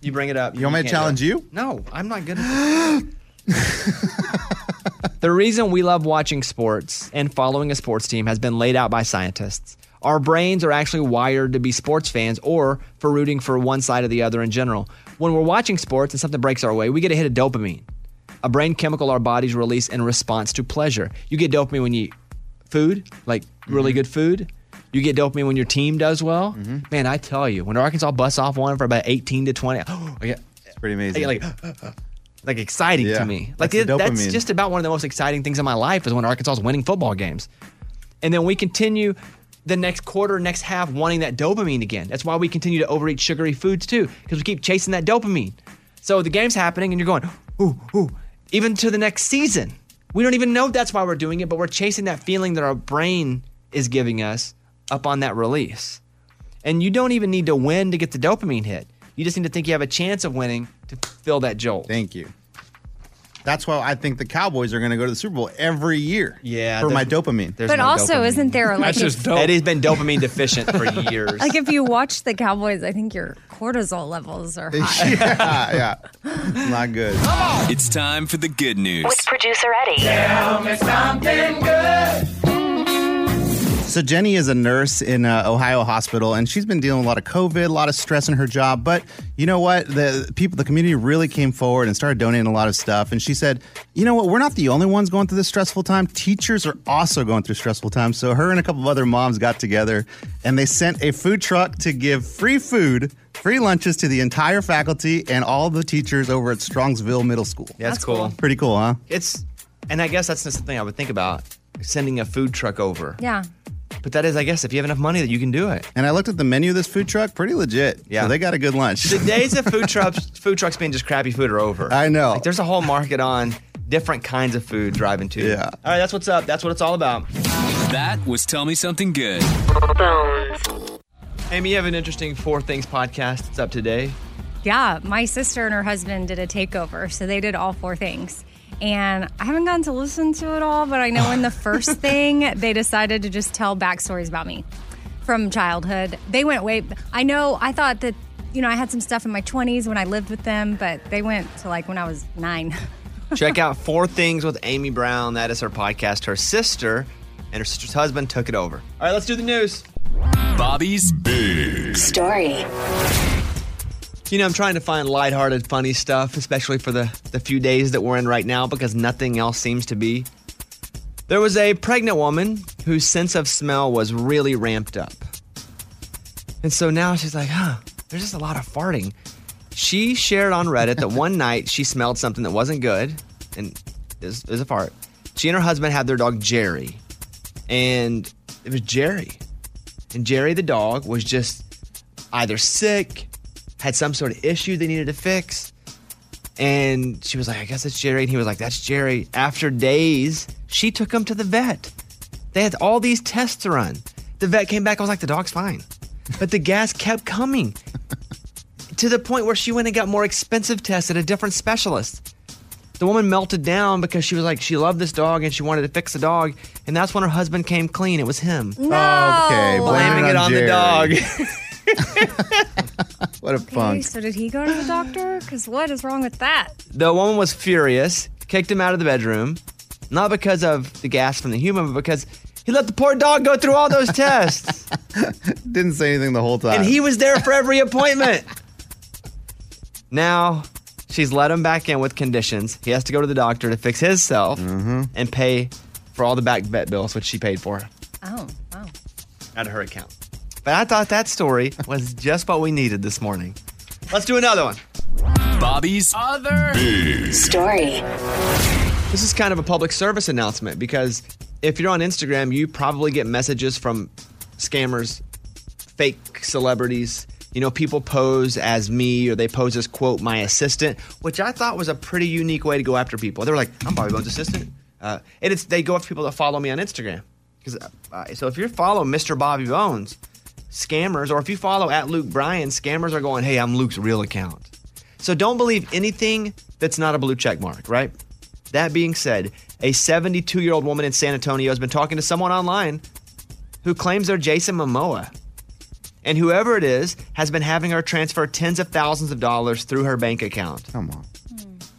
S1: You bring it up.
S3: You want me to
S1: can't
S3: challenge
S1: do it.
S3: you?
S1: No, I'm not good at this. the reason we love watching sports and following a sports team has been laid out by scientists. Our brains are actually wired to be sports fans or for rooting for one side or the other in general. When we're watching sports and something breaks our way, we get a hit of dopamine, a brain chemical our bodies release in response to pleasure. You get dopamine when you eat food, like really good food. You get dopamine when your team does well. Man, I tell you, when Arkansas busts off one for about 18 to 20, I get, it's
S3: pretty amazing.
S1: like, like exciting
S3: Yeah.
S1: to me. Like
S3: That's
S1: that's,
S3: the
S1: that's
S3: dopamine.
S1: just about one of the most exciting things in my life is when Arkansas is winning football games. And then we continue the next quarter, next half, wanting that dopamine again. That's why we continue to overeat sugary foods too, because we keep chasing that dopamine. So the game's happening and you're going, ooh, ooh, even to the next season. We don't even know that's why we're doing it, but we're chasing that feeling that our brain is giving us up on that release. And you don't even need to win to get the dopamine hit. You just need to think you have a chance of winning to fill that jolt.
S3: Thank you. That's why I think the Cowboys are going to go to the Super Bowl every year.
S1: Yeah,
S3: for my
S1: there's-
S3: dopamine.
S5: But also, isn't there like if,
S1: Eddie's been dopamine deficient for years.
S5: like if you watch the Cowboys, I think your cortisol levels are high.
S3: yeah, yeah, not good.
S14: It's time for the good news.
S2: With producer Eddie.
S10: Tell me something good.
S3: So Jenny is a nurse in a Ohio hospital, and she's been dealing with a lot of COVID, a lot of stress in her job. But you know what? The people, the community really came forward and started donating a lot of stuff. And she said, "You know what? We're not the only ones going through this stressful time. Teachers are also going through stressful times." So her and a couple of other moms got together, and they sent a food truck to give free food, free lunches to the entire faculty and all the teachers over at Strongsville Middle School.
S1: Yeah, that's That's cool. cool.
S3: Pretty cool, huh?
S1: It's, and I guess that's just the thing I would think about sending a food truck over.
S5: Yeah.
S1: But that is, I guess, if you have enough money that you can do it.
S3: And I looked at the menu of this food truck, pretty legit. Yeah, so they got a good lunch.
S1: The days of food trucks, food trucks being just crappy food are over.
S3: I know.
S1: Like, there's a whole market on different kinds of food driving to. Yeah. All right, that's what's up. That's what it's all about.
S14: That was Tell Me Something Good.
S1: Amy, you have an interesting Four Things podcast. It's up today.
S5: Yeah, my sister and her husband did a takeover, so they did all four things. And I haven't gotten to listen to it all, but I know in the first thing, they decided to just tell backstories about me from childhood. They went way, I know, I thought that, you know, I had some stuff in my 20s when I lived with them, but they went to like when I was nine.
S1: Check out Four Things with Amy Brown. That is her podcast. Her sister and her sister's husband took it over. All right, let's do the news. Bobby's Big
S2: Story.
S1: You know, I'm trying to find lighthearted, funny stuff, especially for the, the few days that we're in right now, because nothing else seems to be. There was a pregnant woman whose sense of smell was really ramped up. And so now she's like, huh, there's just a lot of farting. She shared on Reddit that one night she smelled something that wasn't good, and it was, it was a fart. She and her husband had their dog, Jerry. And it was Jerry. And Jerry, the dog, was just either sick, had some sort of issue they needed to fix. And she was like, I guess it's Jerry. And he was like, That's Jerry. After days, she took him to the vet. They had all these tests to run. The vet came back. I was like, The dog's fine. But the gas kept coming to the point where she went and got more expensive tests at a different specialist. The woman melted down because she was like, she loved this dog and she wanted to fix the dog. And that's when her husband came clean. It was him.
S5: No. Okay, blame
S1: Blaming
S5: it
S1: it
S5: on
S1: on the
S5: Jerry.
S1: dog.
S3: what a
S5: Okay, so did he go to the doctor? Because what is wrong with that?
S1: The woman was furious, kicked him out of the bedroom, not because of the gas from the human, but because he let the poor dog go through all those tests.
S3: Didn't say anything the whole time.
S1: And he was there for every appointment. now she's let him back in with conditions. He has to go to the doctor to fix himself and pay for all the back vet bills, which she paid for
S5: Oh, wow.
S1: out of her account. But I thought that story was just what we needed this morning. Let's do another one. Bobby's other
S2: story.
S1: This is kind of a public service announcement because if you're on Instagram, you probably get messages from scammers, fake celebrities. You know, people pose as me or they pose as, quote, my assistant, which I thought was a pretty unique way to go after people. They were like, I'm Bobby Bones' assistant. Uh, and it's they go after people that follow me on Instagram. 'Cause, uh, so if you follow Mr. Bobby Bones, scammers, or if you follow at Luke Bryan, scammers are going, hey, I'm Luke's real account. So don't believe anything that's not a blue check mark, right? That being said, a 72 year old woman in San Antonio has been talking to someone online who claims they're Jason Momoa. And whoever it is has been having her transfer tens of thousands of dollars through her bank account.
S3: Come on.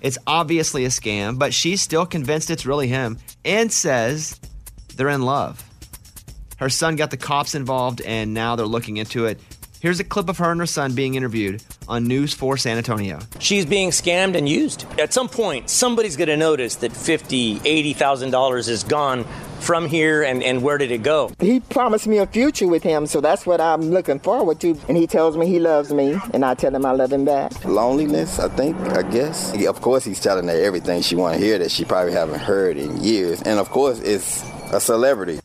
S1: It's obviously a scam, but she's still convinced it's really him and says they're in love. Her son got the cops involved and now they're looking into it. Here's a clip of her and her son being interviewed on News 4 San Antonio.
S18: She's being scammed and used. At some point, somebody's going to notice that fifty, eighty thousand dollars is gone from here, and and where did it go?
S20: He promised me a future with him, so that's what I'm looking forward to. And he tells me he loves me, and I tell him I love him back.
S21: Loneliness, I think, I guess. Of course, he's telling her everything she want to hear that she probably haven't heard in years. And of course, it's a celebrity.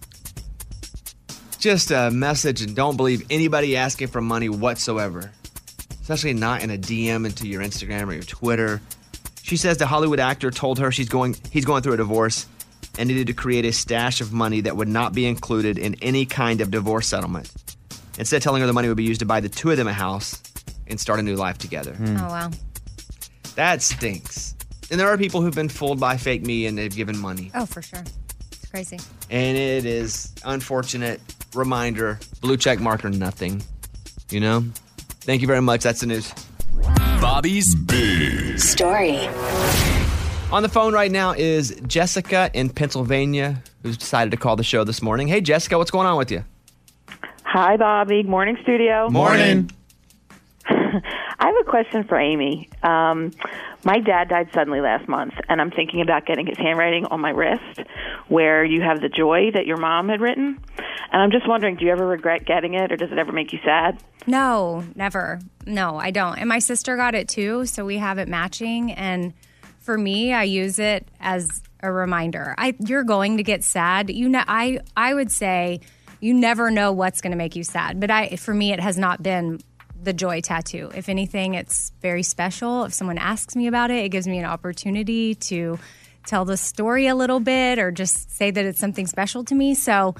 S1: just a message and don't believe anybody asking for money whatsoever, especially not in a DM into your Instagram or your Twitter. She says the Hollywood actor told her she's going he's going through a divorce and needed to create a stash of money that would not be included in any kind of divorce settlement.
S5: Hmm.
S1: Instead, telling her the money would be used to buy the two of them a house and start a new life together.
S5: Oh, wow.
S1: That stinks. And there are people who've been fooled by fake me and they've given money.
S5: Oh, for sure. It's crazy.
S1: And it is unfortunate reminder. Blue check mark or nothing. You know? Thank you very much. That's the news.
S14: Bobby's Big
S2: Story.
S1: On the phone right now is Jessica in Pennsylvania, who's decided to call the show this morning. Hey, Jessica, what's going on with you?
S6: Hi, Bobby. Good morning, studio.
S1: Morning.
S6: I have a question for Amy. Um, my dad died suddenly last month, and I'm thinking about getting his handwriting on my wrist, where you have the joy that your mom had written. And I'm just wondering, do you ever regret getting it, or does it ever make you sad?
S5: No, never. No, I don't. And my sister got it too, so we have it matching. And for me, I use it as a reminder. I you're going to get sad. You know, I I would say you never know what's going to make you sad. But I for me, it has not been the joy tattoo. If anything, it's very special. If someone asks me about it, it gives me an opportunity to tell the story a little bit or just say that it's something special to me. So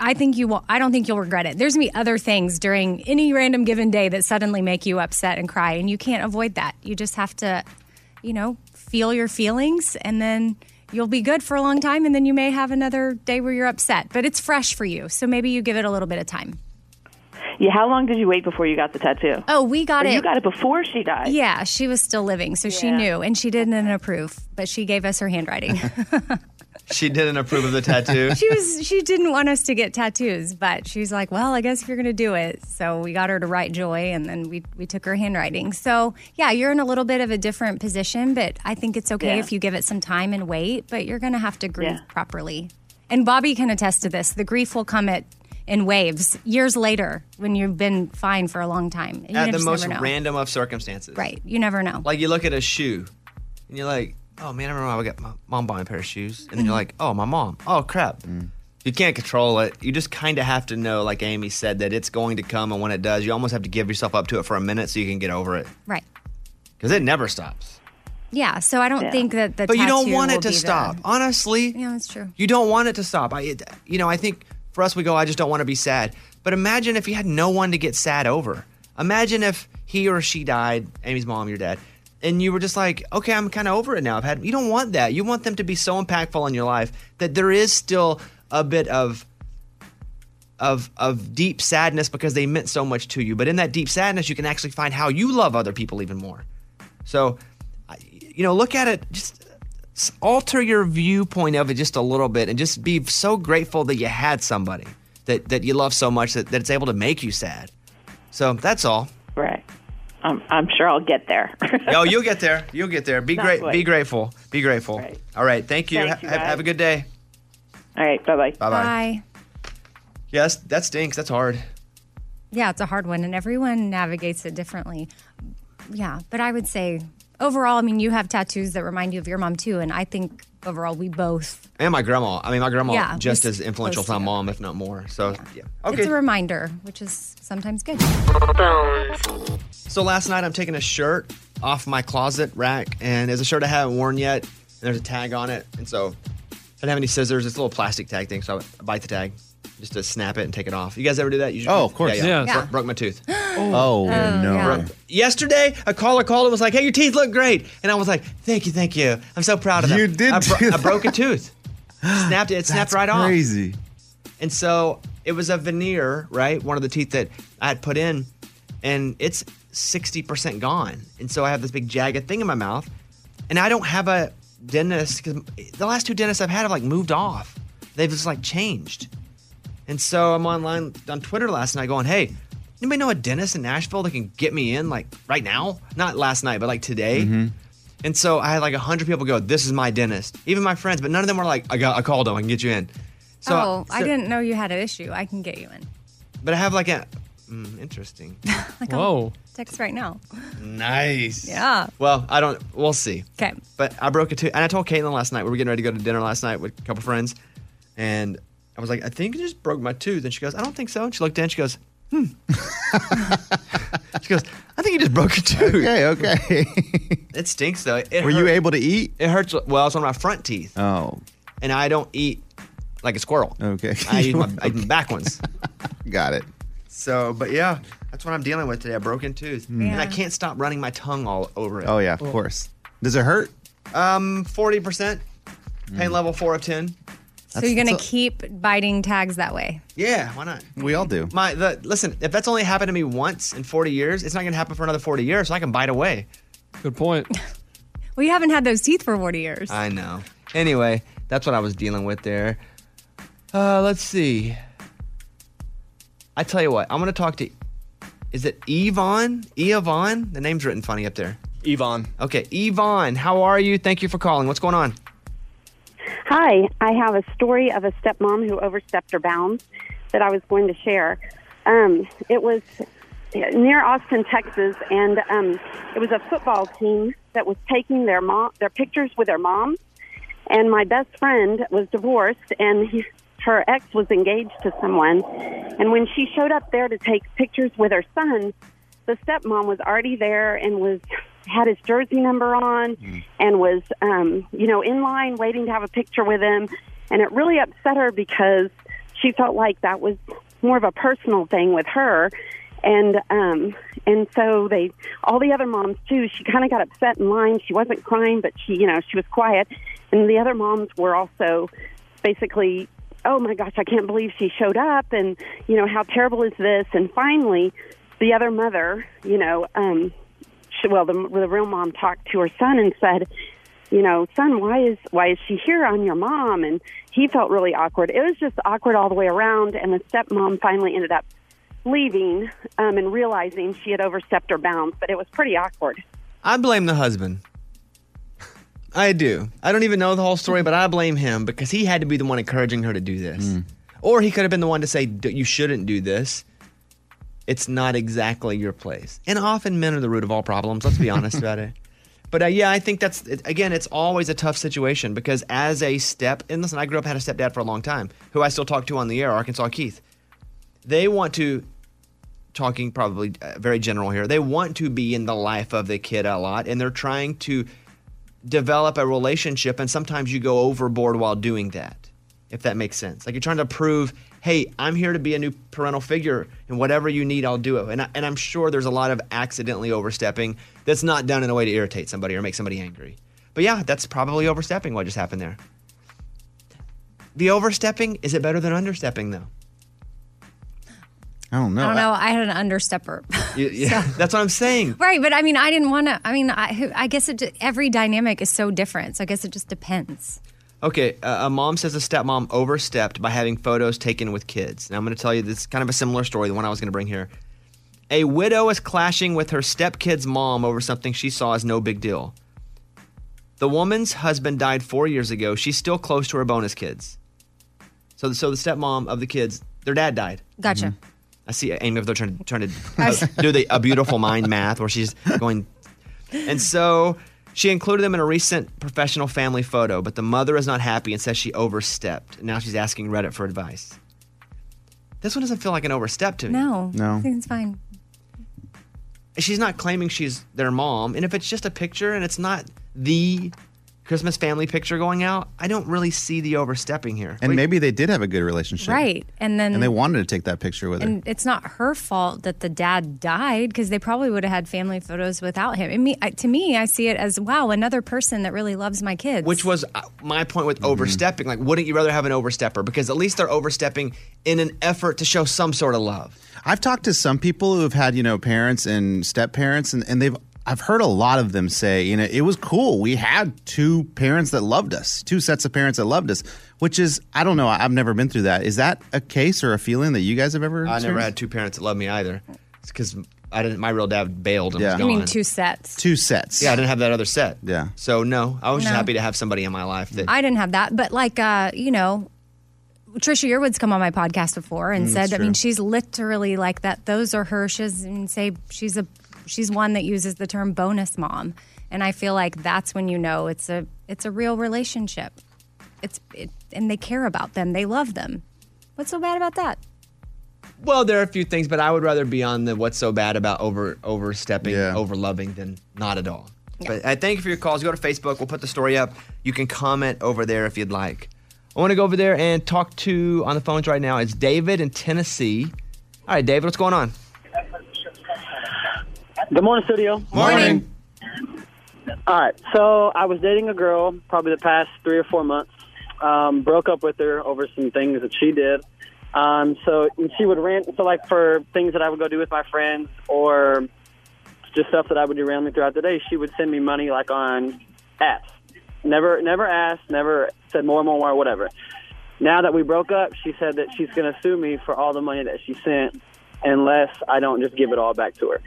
S5: I think you will. I don't think you'll regret it. There's gonna be other things during any random given day that suddenly make you upset and cry, and you can't avoid that. You just have to, you know, feel your feelings, and then you'll be good for a long time, and then you may have another day where you're upset, but it's fresh for you. So maybe you give it a little bit of time.
S6: Yeah, how long did you wait before you got the tattoo?
S5: Oh, we got
S6: Or
S5: it.
S6: You got it before she died.
S5: Yeah, she was still living, so she
S6: Yeah.
S5: knew, and she didn't approve, but she gave us her handwriting.
S1: She didn't approve of the tattoo.
S5: she was she didn't want us to get tattoos, but she was like, "Well, I guess if you're going to do it." So we got her to write joy and then we we took her handwriting. So, yeah, you're in a little bit of a different position, but I think it's okay
S6: Yeah.
S5: if you give it some time and wait, but you're going to have to grieve
S6: Yeah.
S5: properly. And Bobby can attest to this. The grief will come at in waves years later when you've been fine for a long time. And you
S1: At the
S5: just
S1: most
S5: never know.
S1: random of circumstances.
S5: right. You never know.
S1: Like you look at a shoe and you're like, oh man, I remember I got my mom buying a pair of shoes. And then you're like, oh, my mom. Oh, crap. You can't control it. You just kind of have to know, like Amy said, that it's going to come. And when it does, you almost have to give yourself up to it for a minute so you can get over it
S5: Right.
S1: because it never stops.
S5: Yeah, so I don't
S1: Yeah.
S5: think that the
S1: But you don't
S5: tattoo
S1: want it
S5: will
S1: to
S5: be the-
S1: stop. Honestly,
S5: Yeah, that's true.
S1: You don't want it to stop. I, it, you know, I think for us, we go, I just don't want to be sad. But imagine if you had no one to get sad over. Imagine if he or she died, Amy's mom, your dad, and you were just like, okay, I'm kind of over it now. I've had, you don't want that. You want them to be so impactful in your life that there is still a bit of, of, of deep sadness because they meant so much to you. But in that deep sadness, you can actually find how you love other people even more. So, I- you know, look at it, just s- alter your viewpoint of it just a little bit and just be so grateful that you had somebody that, that you love so much that, that it's able to make you sad. So that's all.
S6: Right. I'm, I'm sure I'll get there.
S1: Yo, you'll get there. You'll get there. Be
S6: Not
S1: great.
S6: quite.
S1: Be grateful. Be grateful. All right. Thank you.
S6: Thank you,
S1: Ha- have,
S6: guys.
S1: have a good day.
S6: All right. Bye bye.
S1: Bye bye. Yes, that stinks. That's hard.
S5: Yeah, it's a hard one, and everyone navigates it differently. Yeah, but I would say overall, I mean, you have tattoos that remind you of your mom too, and I think overall we both.
S1: And my grandma. I mean, my grandma
S5: Yeah,
S1: just
S5: we're
S1: as influential as
S5: close
S1: my mom, if not more. So yeah.
S5: It's a reminder, which is sometimes good.
S1: So last night I'm taking a shirt off my closet rack, and it's a shirt I haven't worn yet. And there's a tag on it, and so I didn't have any scissors. It's a little plastic tag thing, so I bite the tag just to snap it and take it off. You guys ever do that? You just-
S3: Oh, of course. Yeah.
S1: Bro-
S3: Yeah.
S1: broke my tooth.
S3: Oh, no.
S1: Broke- Yesterday, a caller called and was like, "Hey, your teeth look great," and I was like, "Thank you, thank you. I'm so proud of them." You did. I, bro- I broke a tooth. Snapped it. It snapped right off.
S3: Crazy.
S1: And so it was a veneer, right? One of the teeth that I had put in, and it's 60% gone. And so I have this big jagged thing in my mouth, and I don't have a dentist because the last two dentists I've had have like moved off. They've just like changed. And so I'm online on Twitter last night going, hey, anybody know a dentist in Nashville that can get me in like right now? Not last night, but like today. And so I had like 100 people go, this is my dentist. Even my friends, but none of them were like, I got, I called him, I can get you in. So,
S5: oh, I
S1: so-
S5: didn't know you had an issue. I can get you in.
S1: but I have like a mm, interesting.
S5: Like, I'll Text right now.
S1: nice.
S5: Yeah.
S1: Well, I don't. We'll see.
S5: Okay.
S1: But I broke it too, and I told Caitlin last night we were getting ready to go to dinner last night with a couple friends, and I was like, I think it just broke my tooth. And she goes, I don't think so. And she looked down. She goes, Hmm. she goes, I think you just broke your tooth.
S3: Okay, okay.
S1: it stinks though. It
S3: Were you
S1: hurt-
S3: able to eat?
S1: It hurts. Well, it's on my front teeth,
S3: Oh,
S1: and I don't eat like a squirrel.
S3: okay.
S1: I eat my, I eat my back ones.
S3: Got it.
S1: So, but yeah, that's what I'm dealing with today. A broken tooth,
S3: Mm.
S1: and I
S3: Yeah.
S1: can't stop running my tongue all over it.
S3: Oh yeah, of course. Does it hurt?
S1: Um, forty percent, pain level four of ten.
S5: So you're gonna keep biting tags that way.
S1: Yeah, why not?
S3: We all do.
S1: My the listen, if that's only happened to me once in 40 years, it's not gonna happen for another 40 years, so I can bite away.
S4: Good point.
S5: Well, you haven't had those teeth for 40 years.
S1: I know. Anyway, that's what I was dealing with there. Uh, let's see. I tell you what, I'm gonna talk to is it Yvonne? Yvonne? The name's written funny up there.
S7: Yvonne.
S1: Okay, Yvonne, how are you? Thank you for calling. What's going on?
S7: Hi, I have a story of a stepmom who overstepped her bounds that I was going to share. Um, it was near Austin, Texas, and um, it was a football team that was taking their mom their pictures with their mom. And my best friend was divorced, and he, her ex was engaged to someone. And when she showed up there to take pictures with her son, the stepmom was already there and was had his jersey number on and was um, you know in line waiting to have a picture with him and it really upset her because she felt like that was more of a personal thing with her and um and so they all the other moms too she kind of got upset in line she wasn't crying but she you know she was quiet and the other moms were also basically oh my gosh i can't believe she showed up and you know how terrible is this and finally the other mother you know um she, well the, the real mom talked to her son and said you know son why is why is she here i'm your mom and he felt really awkward it was just awkward all the way around and the stepmom finally ended up leaving um, and realizing she had overstepped her bounds but it was pretty awkward
S1: I blame the husband. I do. I don't even know the whole story, but I blame him because he had to be the one encouraging her to do this. Or he could have been the one to say, "D- you shouldn't do this. It's not exactly your place. And often men are the root of all problems. Let's be honest about it. But uh, yeah, I think that's, it, again, it's always a tough situation because as a step, and listen, I grew up, had a stepdad for a long time who I still talk to on the air, Arkansas Keith. They want to talking probably uh, very general here. They want to be in the life of the kid a lot and they're trying to develop a relationship and sometimes you go overboard while doing that. If that makes sense. Like you're trying to prove, "Hey, I'm here to be a new parental figure and whatever you need, I'll do it." And I, and I'm sure there's a lot of accidentally overstepping that's not done in a way to irritate somebody or make somebody angry. But yeah, that's probably overstepping what just happened there. The overstepping, is it better than understepping though?
S3: I don't know.
S5: I don't know. I had an understepper.
S1: You- yeah, that's what I'm saying.
S5: right, but I mean, I didn't want to. I mean, I, I guess it. ju- Every dynamic is so different. So I guess it just depends.
S1: Okay, uh, a mom says a stepmom overstepped by having photos taken with kids. And I'm going to tell you this is kind of a similar story, the one I was going to bring here. A widow is clashing with her stepkid's mom over something she saw as no big deal. The woman's husband died four years ago. She's still close to her bonus kids. So, so the stepmom of the kids, their dad died.
S5: Gotcha.
S1: I see Amy over there trying to, trying to uh, do the a beautiful mind math where she's going. And so she included them in a recent professional family photo, but the mother is not happy and says she overstepped. Now she's asking Reddit for advice. This one doesn't feel like an overstep to me.
S5: No. I think it's fine.
S1: She's not claiming she's their mom. And if it's just a picture and it's not the Christmas family picture going out, I don't really see the overstepping here.
S3: And maybe they did have a good relationship.
S5: Right, and then
S3: And they wanted to take that picture with her.
S5: And it's not her fault that the dad died because they probably would have had family photos without him. I mean, I, to me, I see it as wow, another person that really loves my kids.
S1: Which was uh, my point
S3: Mm-hmm.
S1: with overstepping. Like, wouldn't you rather have an overstepper? Because at least they're overstepping in an effort to show some sort of love.
S3: I've talked to some people who have had, you know, parents and step parents, and, and they've, I've heard a lot of them say, you know, it was cool. We had two parents that loved us, two sets of parents that loved us, which is, I don't know, I- I've never been through that. Is that a case or a feeling that you guys have ever?
S1: I never
S3: experienced?
S1: had two parents that loved me either. It's because I didn't. My real dad bailed and
S3: Yeah.
S1: was
S5: you
S1: gone.
S5: mean two sets?
S3: two sets.
S1: Yeah, I didn't have that other set.
S3: Yeah.
S1: So no, I was just
S5: No.
S1: happy to have somebody in my life that.
S5: I didn't have that, but like, uh, you know, Trisha Yearwood's come on my podcast before and
S1: Mm,
S5: said,
S1: that's
S5: I mean,
S1: true.
S5: she's literally like that. Those are her. She's and say she's a she's one that uses the term bonus mom, and I feel like that's when you know it's a it's a real relationship. It's it, and they care about them. They love them. What's so bad about that?
S1: well, there are a few things, but I would rather be on the what's so bad about over overstepping, over loving than not at all. But I thank you for your calls. Go to Facebook. We'll put the story up. You can comment over there if you'd like. I want to go over there and talk to on the phones right now. It's David in Tennessee. All right, David, what's going on?
S8: Good morning, studio. Morning. All right. So I was dating a girl probably the past three or four months. Um, broke up with her over some things that she did. Um, so and she would rant. So like for things that I would go do with my friends or just stuff that I would do randomly throughout the day, she would send me money like on apps. Never, never asked. Never said more, more, more, whatever. Now that we broke up, she said that she's going to sue me for all the money that she sent unless I don't just give it all back to her.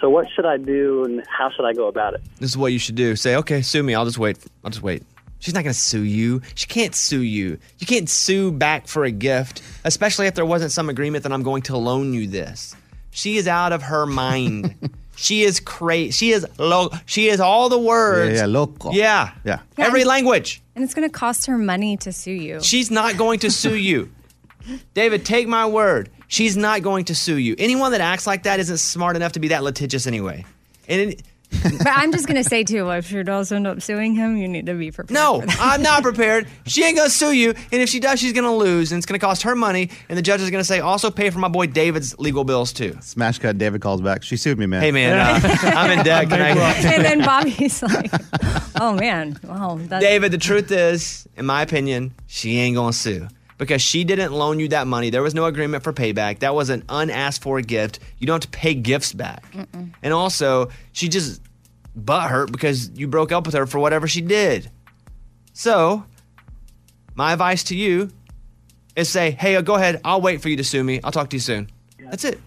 S8: So what should I do and how should I go about it?
S1: This is what you should do. Say, okay, sue me. I'll just wait. I'll just wait. She's not going to sue you. She can't sue you. You can't sue back for a gift, especially if there wasn't some agreement that I'm going to loan you this. She is out of her mind. she is crazy. She is lo- She is all the words.
S3: Yeah, yeah, loco.
S1: Yeah.
S3: Yeah.
S1: Every language.
S5: And it's going to cost her money to sue you.
S1: She's not going to sue you. David, take my word. She's not going to sue you. Anyone that acts like that isn't smart enough to be that litigious anyway. And it,
S5: but I'm just going to say, too, if she does end up suing him, you need to be prepared.
S1: no, I'm not prepared. She ain't going to sue you. And if she does, she's going to lose. And it's going to cost her money. And the judge is going to say, also pay for my boy David's legal bills, too.
S3: Smash cut. David calls back. She sued me, man.
S1: Hey, man, uh, I'm in debt. Can I-
S5: and then Bobby's like, oh, man. Wow. That's,
S1: David, the truth is, in my opinion, she ain't gonna sue because she didn't loan you that money. There was no agreement for payback. That was an unasked for gift. You don't have to pay gifts back.
S22: Mm-mm.
S1: And also, she just butt hurt because you broke up with her for whatever she did. So, my advice to you is say, hey, go ahead. I'll wait for you to sue me. I'll talk to you soon. That's it.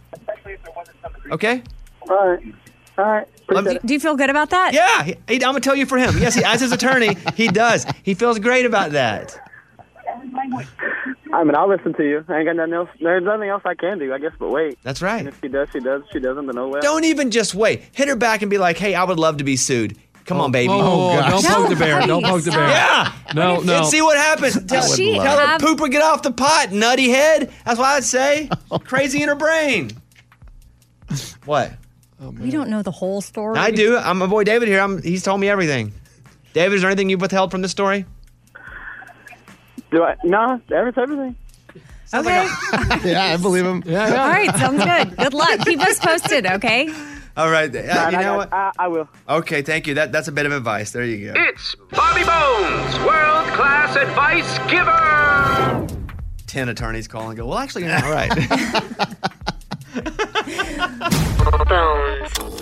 S1: Okay?
S8: All right. All right.
S5: do, do you feel good about that?
S1: Yeah, he- he- I'm gonna tell you for him. Yes, he, as his attorney, he does. He feels great about that.
S8: I mean, I'll listen to you. I ain't got nothing else. There's nothing else I can do, I guess, but wait.
S1: That's right.
S8: And if she does, she does. If she doesn't, then oh well.
S1: Don't even just wait. Hit her back and be like, "Hey, I would love to be sued. Come on, baby.
S4: whoa, whoa, whoa, don't No, poke the bear. Don't please. poke the bear.
S1: Yeah.
S4: No, Oh, no.
S1: And see what happens. Tell,
S4: Does she
S1: tell
S4: have-
S1: her pooper get off the pot, nutty head. That's what I'd say. Crazy in her brain. What?
S5: We don't know the whole story.
S1: I do. I'm my boy David here. I'm, he's told me everything. David, is there anything you withheld from this story?
S8: Do I? No, everything. everything.
S5: Okay.
S3: yeah, I believe him.
S4: Yeah,
S5: All right. Sounds good. Good luck. Keep us posted, okay?
S1: All right. Uh,
S8: Nah,
S1: you
S8: nah,
S1: know
S8: nah,
S1: what?
S8: I, I will.
S1: Okay, thank you. That, that's a bit of advice. There you go.
S10: It's Bobby Bones, world class advice giver.
S1: 10 attorneys call and go, well, actually, you're not right.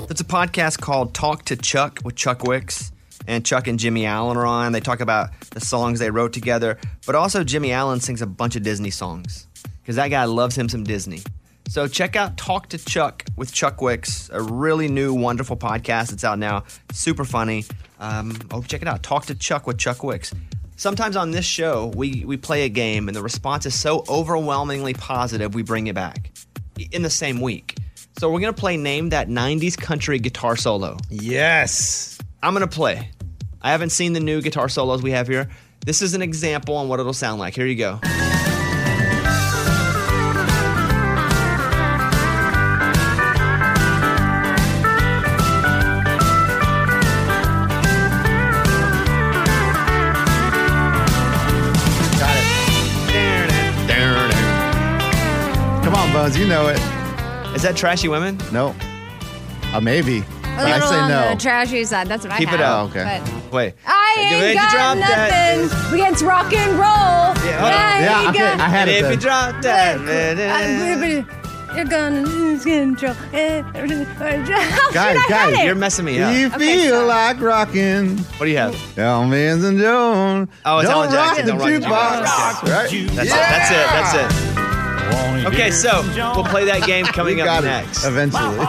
S1: It's a podcast called Talk to Chuck with Chuck Wicks. And Chuck and Jimmy Allen are on. They talk about the songs they wrote together, but also Jimmy Allen sings a bunch of Disney songs because that guy loves him some Disney. So check out Talk to Chuck with Chuck Wicks, a really new, wonderful podcast that's out now. Super funny. Um, oh, check it out. Talk to Chuck with Chuck Wicks. Sometimes on this show, we, we play a game and the response is so overwhelmingly positive, we bring it back in the same week. So we're gonna play name that '90s country guitar solo. Yes, I'm gonna play. I haven't seen the new guitar solos we have here. This is an example on what it'll sound like. Here you go.
S3: Come on, Bones. You know it.
S1: Is that Trashy Women?
S3: No. Uh, maybe. But I
S5: A little
S3: say
S5: on
S3: no.
S5: the trashy side. That's what
S3: Keep
S5: I
S3: it up.
S5: have.
S3: Okay.
S5: But
S1: Wait.
S5: I
S1: If
S5: ain't
S1: you
S5: got
S1: drop that-
S5: nothing against rock and roll.
S1: Yeah, hold on.
S5: I
S1: Yeah,
S5: ain't
S1: okay,
S5: got-
S1: I had it And if then. you drop eh, that-
S5: I- You're gonna lose control.
S3: Guys,
S5: Guys,
S3: guys,
S5: it.
S3: You feel like rocking.
S1: What do you have?
S3: Elm Vans and Joan.
S1: Oh, it's
S3: don't
S1: Alan
S3: Rock
S1: Jackson. Don't rock
S3: the
S1: the
S3: jukebox.
S1: jukebox.
S3: Right?
S1: That's it. That's it. That's it. Okay, so we'll play that game coming
S3: You got
S1: up
S3: it
S1: next.
S3: Eventually.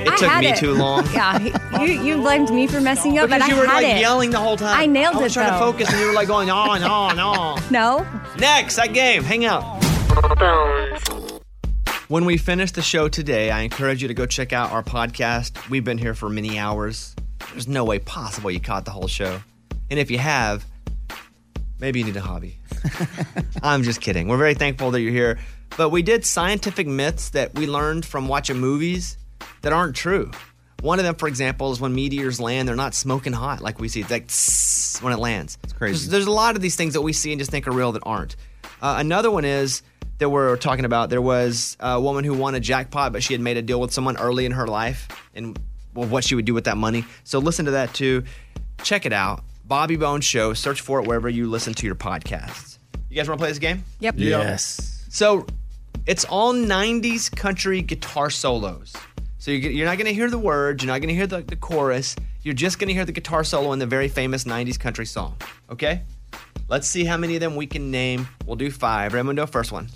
S1: It took me too long.
S5: Yeah, he- you, you blamed me for messing up,
S1: Because
S5: but
S1: you
S5: I
S1: were
S5: had
S1: like
S5: it.
S1: yelling the whole time.
S5: I nailed
S1: I was
S5: it
S1: trying
S5: though.
S1: to focus, and you were like going on, on, on.
S5: No,
S1: Next, that game. Hang out. When we finish the show today, I encourage you to go check out our podcast. We've been here for many hours. There's no way possible you caught the whole show. And if you have, maybe you need a hobby. I'm just kidding. We're very thankful that you're here. But we did scientific myths that we learned from watching movies that aren't true. One of them, for example, is when meteors land, they're not smoking hot like we see. It's like tss when it lands. It's
S3: crazy.
S1: There's, there's a lot of these things that we see and just think are real that aren't. Uh, another one is that we're talking about. There was a woman who won a jackpot, but she had made a deal with someone early in her life and well, what she would do with that money. So listen to that too. Check it out. Bobby Bones Show. Search for it wherever you listen to your podcasts. You guys want to play this game?
S5: Yep.
S3: Yes.
S1: So it's all 90s country guitar solos. So you get- you're not going to hear the words, you're not going to hear the, the chorus, you're just going to hear the guitar solo in the very famous 90s country song. Okay? Let's see how many of them we can name. We'll do five. Raymundo, first one.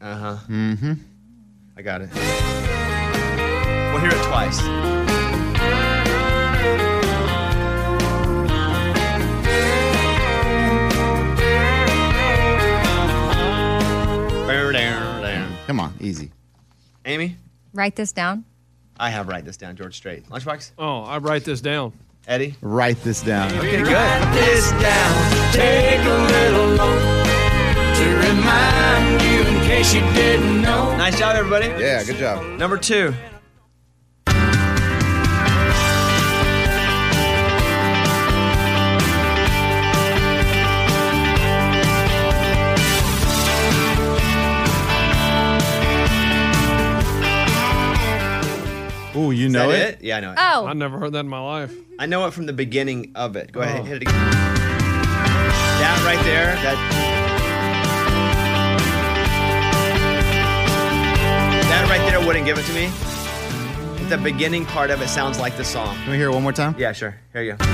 S1: Uh huh.
S3: Mm-hmm.
S1: I got it. We'll hear it twice.
S3: Come on, easy.
S1: Amy,
S5: Write this down.
S1: I have write this down, George Strait. Lunchbox?
S4: Oh, I write this down.
S1: Eddie?
S3: Write this down.
S1: Okay, good.
S10: This down, take a little look to remind you in case you didn't know.
S1: Nice job, everybody.
S3: Yeah, good job.
S1: Number two.
S3: Ooh, you
S1: Is
S3: know
S1: that
S3: it?
S1: Yeah, I know it.
S5: Oh.
S4: I never heard that in my life.
S1: I know it from the beginning of it. Go
S3: Oh.
S1: ahead, hit it again. That right there. That. That right there wouldn't give it to me. The beginning part of it sounds like the song.
S3: Can we hear it one more time?
S1: Yeah, sure. Here you go.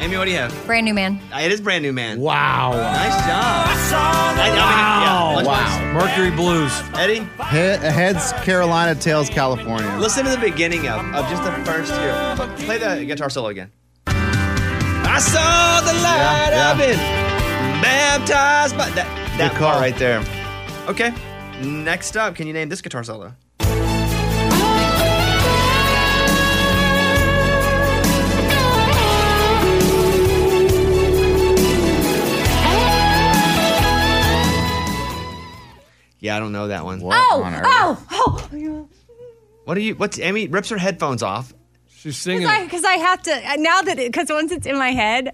S1: Amy, what do you have?
S5: Brand new man.
S1: Uh, It is brand new man.
S4: Wow.
S1: Nice job. I- I mean, yeah, lunch box.
S4: Mercury Blues.
S1: Eddie,
S3: He- heads Carolina, tails California.
S1: listen to the beginning of, of just the first here. Pl- Play the guitar solo again. I saw the light of it, baptized by that, that part right there. Okay. Next up, can you name this guitar solo? Yeah, I don't know that one. What
S5: Oh, oh, oh, oh.
S1: What are you? What's Amy rips her headphones off?
S4: She's singing.
S5: Because I, have to, now that it, because once it's in my head,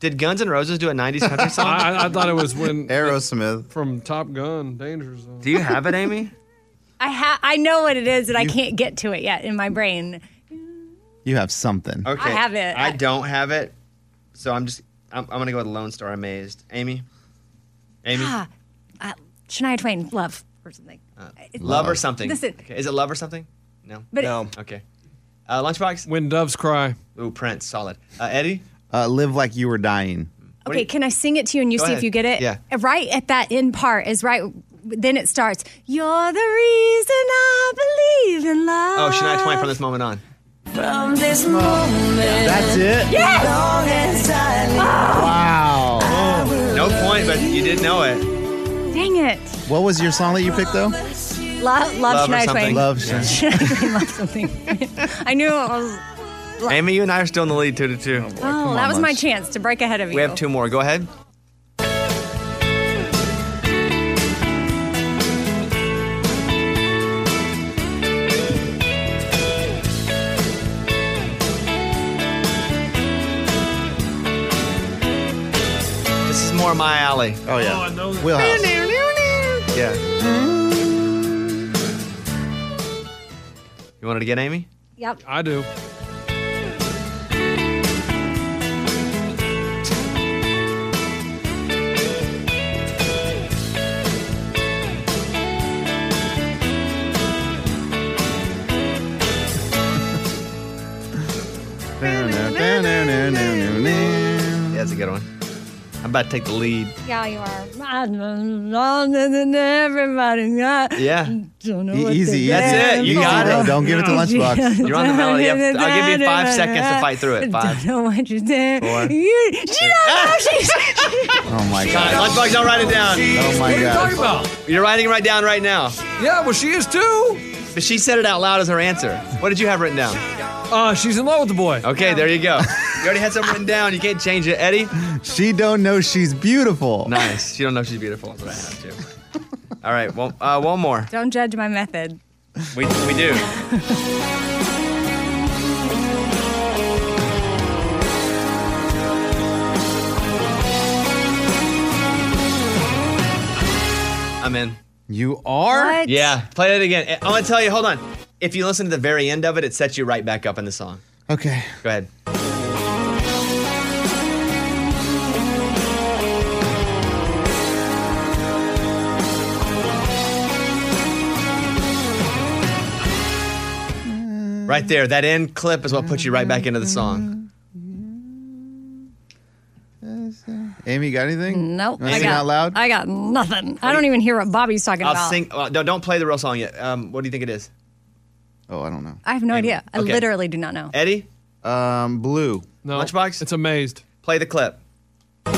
S1: Did Guns N' Roses do a '90s country song?
S4: I, I thought it was when
S3: Aerosmith
S4: from Top Gun, Danger Zone.
S1: Do you have it, Amy?
S5: I ha- I know what it is and I can't get to it yet in my brain.
S3: You have something.
S1: Okay.
S5: I have it.
S1: I don't have it. So I'm just I'm, I'm gonna go with Lone Star Amazed. Amy. Amy.
S5: Ah, uh, Shania Twain, love or something.
S1: love or something.
S5: Listen.
S1: Okay, Is it love or something? No.
S5: But it-
S1: Okay. Uh, lunchbox.
S4: When doves cry.
S1: Ooh, Prince, solid. Uh, Eddie.
S3: Uh, live like you were dying.
S5: Okay, can I sing it to you and you
S3: Go
S5: see
S3: ahead.
S5: if you get it?
S3: Yeah.
S5: Right at that end part is right. Then it starts. You're the reason I believe in love.
S1: Oh, Shania Twain from this moment on.
S5: From this moment.
S3: That's it?
S5: Yes.
S3: Wow.
S1: No point, but you did know it.
S5: Dang it.
S3: What was your song that you picked though?
S5: Love, love,
S1: Love or
S5: Shania
S1: something.
S5: Twain.
S1: Love Shania-
S5: Shania Twain, love something. I knew. I was, Lo-
S1: Amy, you and I are still in the lead, two to two.
S5: oh, that was my chance to break ahead of you.
S1: We have two more. Go ahead. This is more my alley.
S3: Oh yeah. Wheelhouse.
S1: Yeah. You want it again, Amy?
S5: Yep.
S4: I do.
S3: Yeah,
S1: that's a good one. I'm about to take the lead.
S5: Yeah, you are. Everybody.
S1: Yeah.
S5: Don't know
S1: E-
S5: what
S1: easy,
S5: to
S1: easy.
S5: dance
S1: That's it. You
S5: for.
S1: got it. Don't give it to Lunchbox. You're on the melody. Yep. I'll give you five seconds to fight through it. Five,
S5: Don't know what you did.
S1: four. Ah!
S5: You, she don't know she's.
S1: Oh
S3: my
S1: god. Lunchbox, don't write it down.
S3: Oh my What are you God. talking
S1: about? You're writing it right down right now. Yeah, well she is too. But she said it out loud as her answer. What did you have written down? Uh, she's in love with the boy. Okay, there you go. You already had something written down. You can't change it, Eddie.
S3: She don't know she's beautiful.
S1: Nice. You don't know she's beautiful, but I have to. All right, well, uh, one more.
S5: Don't judge my method.
S1: We, we do. I'm in.
S3: You are?
S5: What?
S1: Yeah. Play it again. I'm going to tell you, hold on. If you listen to the very end of it, it sets you right back up in the song.
S3: Okay.
S1: Go ahead. Right there, that end clip is what puts you right back into the song.
S3: Amy, you got anything?
S5: Nope.
S3: You wanna
S5: I
S3: sing
S5: got,
S3: out loud?
S5: I got nothing. I don't even hear what Bobby's talking
S1: I'll
S5: about.
S1: sing. Well, don't don't play the real song yet. Um, what do you think it is?
S3: Oh, I don't know.
S5: I have no idea. I
S1: Okay.
S5: literally do not know.
S1: Eddie?
S3: Um, blue.
S1: No. Lunchbox? It's amazed. Play the clip. You'll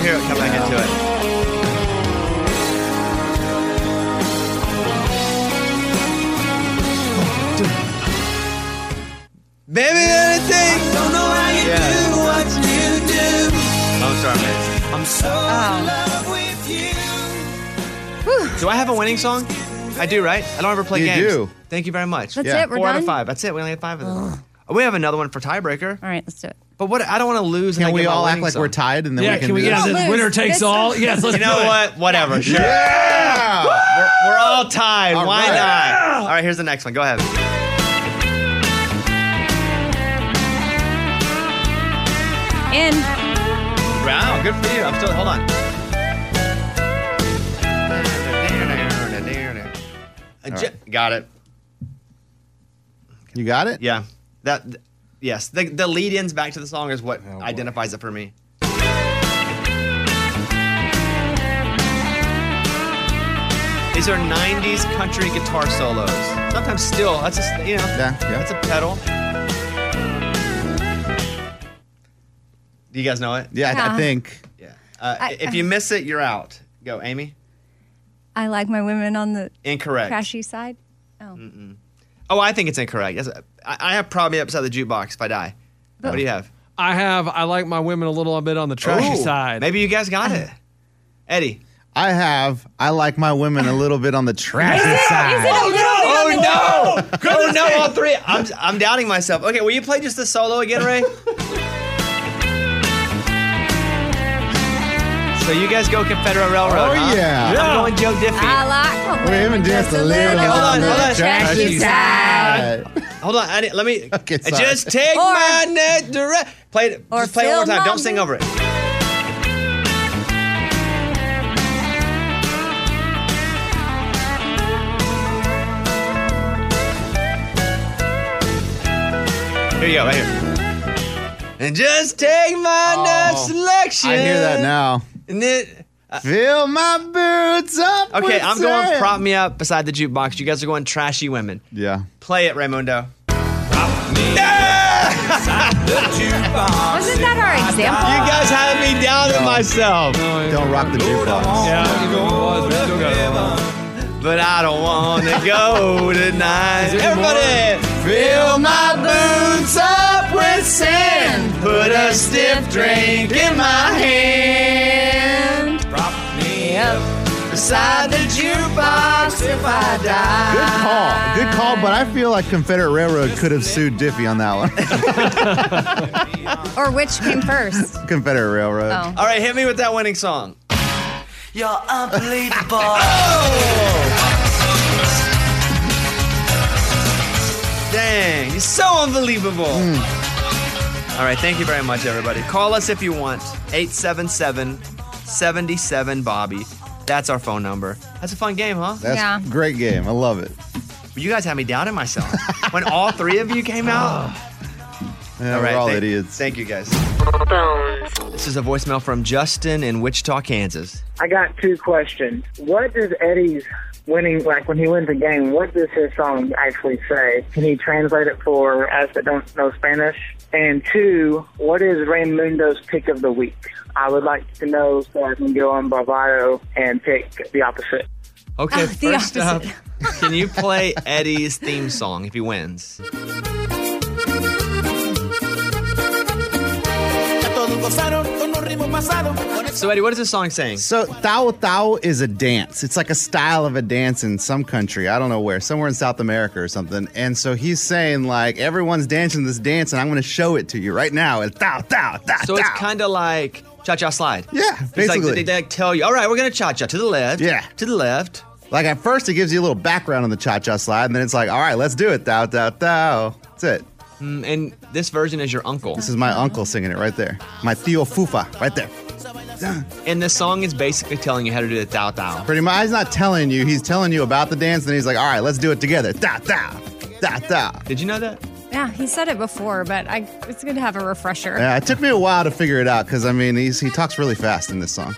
S1: hear it come back into it. Baby, anything.
S10: Don't know how you do what you do.
S1: I'm sorry, man.
S10: I'm so in love with you.
S1: Do I have a winning song? I do, right? I don't ever play
S3: You
S1: games.
S3: do.
S1: Thank you very much.
S5: That's Yeah. it, we're
S1: Four out
S5: done?
S1: of five. Uh, That's it. We only had five of them. Uh, We have another one for tiebreaker.
S5: All right, let's do it.
S1: But what? I don't want to lose. and
S3: Can
S1: I
S3: we
S1: give my
S3: all act
S1: winning
S3: like we're
S1: song.
S3: tied and then we can do this?
S1: the you know what? Whatever. Sure.
S3: Yeah!
S1: We're, we're all tied.
S3: All
S1: Why
S3: right.
S1: not? All right. Here's the next one. Go ahead.
S5: In.
S1: Wow. Good for you. I'm still. Hold on. Uh,
S3: All
S1: J- Got it.
S3: You got it?
S1: Yeah. That. th- yes. The the lead ins back to the song is what identifies it for me. These are 90s country guitar solos. Sometimes still, that's just, you know, that's a pedal. Do you guys know it?
S3: Yeah, I- I Yeah. think.
S1: Yeah. Uh,
S5: I- um,
S1: if you miss it, you're out. Go, Amy.
S5: I like my women on the
S1: Incorrect.
S5: crashy side.
S1: Mm-mm. Oh, I think it's incorrect. That's- I, I have probably upside the jukebox if I die.
S5: But-
S1: what do you have?
S4: I have. I like my women a little bit on the trashy
S1: Ooh,
S4: side.
S1: Maybe you guys got it. Eddie.
S3: I have. I like my women a little bit on the trashy side.
S1: Oh no! Oh no! Oh no! All three. I'm, I'm doubting myself. Okay, will you play just the solo again, Ray? so you guys go Confederate Railroad.
S3: Oh,
S1: huh?
S3: yeah.
S1: I'm going Joe Diffie.
S5: I like my women just a little
S1: Okay, hold on,
S5: on
S1: hold
S5: the
S1: on.
S5: trashy side.
S1: Hold on, I didn't- let me.
S3: sorry.
S1: just take
S5: Or-
S1: my net direct. Play it.
S5: Or
S1: just play it one more
S5: fill
S1: time.
S5: my-
S1: Don't sing over it. Here you go, right here. And just take my net selection.
S3: Oh, I hear that now.
S1: And it,
S3: Fill my boots up.
S1: okay,
S3: with
S1: I'm going
S3: sand.
S1: prop me up beside the jukebox. You guys are going trashy women.
S3: Yeah.
S1: Play it, Raymundo.
S10: Wasn't
S5: that our example?
S1: You guys had me down to myself.
S3: Don't rock the jukebox.
S1: But I don't want to go tonight. Everybody,
S10: Fill my
S1: boots up with sand. Put a stiff drink in my hand.
S10: Prop me up beside the jukebox if I die.
S3: Good call. Good call, but I feel like Confederate Railroad could have sued Diffie on that one.
S5: Or which came first?
S3: Confederate Railroad.
S5: Oh.
S1: All right, hit me with that winning song.
S10: You're unbelievable. oh!
S1: Dang, you're so unbelievable.
S3: Hmm.
S1: All right, thank you very much, everybody. Call us if you want. 877 77 Bobby. That's our phone number. That's a fun game, huh?
S3: That's great game. I love it.
S1: You guys had me doubting myself when all three of you came out.
S3: Yeah, Oh, we're all
S1: thank-
S3: idiots.
S1: Thank you guys. This is a voicemail from Justin in Wichita, Kansas.
S9: I got two questions. What does Eddie's winning, like when he wins a game, what does his song actually say? Can you translate it for us that don't know Spanish? And two, what is Raymundo's pick of the week? I would like to know so I can go on Bravado and pick the opposite.
S1: Okay,
S9: Oh, the
S1: first up, can you play Eddie's theme song if he wins? So Eddie, what is this song saying?
S3: So thao thao is a dance. It's like a style of a dance in some country. I don't know where, somewhere in South America or something. And so he's saying like everyone's dancing this dance, and I'm going to show it to you right now. And thao thao thao.
S1: So it's kind of like cha cha slide. Yeah, It's
S3: basically.
S1: like, they, they like tell you, all right, we're gonna cha cha to the left.
S3: Yeah.
S1: To the left.
S3: Like at first it gives you a little background on the cha cha slide, and then it's like, all right, let's do it. Thao thao thao. That's it.
S1: Mm, and this version is your uncle.
S3: This is my uncle singing it right there. My Theo Fufa right there.
S1: And the song is basically telling you how to do the thou thou.
S3: Pretty much, he's not telling you. He's telling you about the dance, and he's like, all right, let's do it together. Da, da, da, da.
S1: Did you know that?
S5: Yeah, he said it before, but I, it's good to have a refresher.
S3: Yeah, it took me a while to figure it out because, I mean, he's, he talks really fast in this song.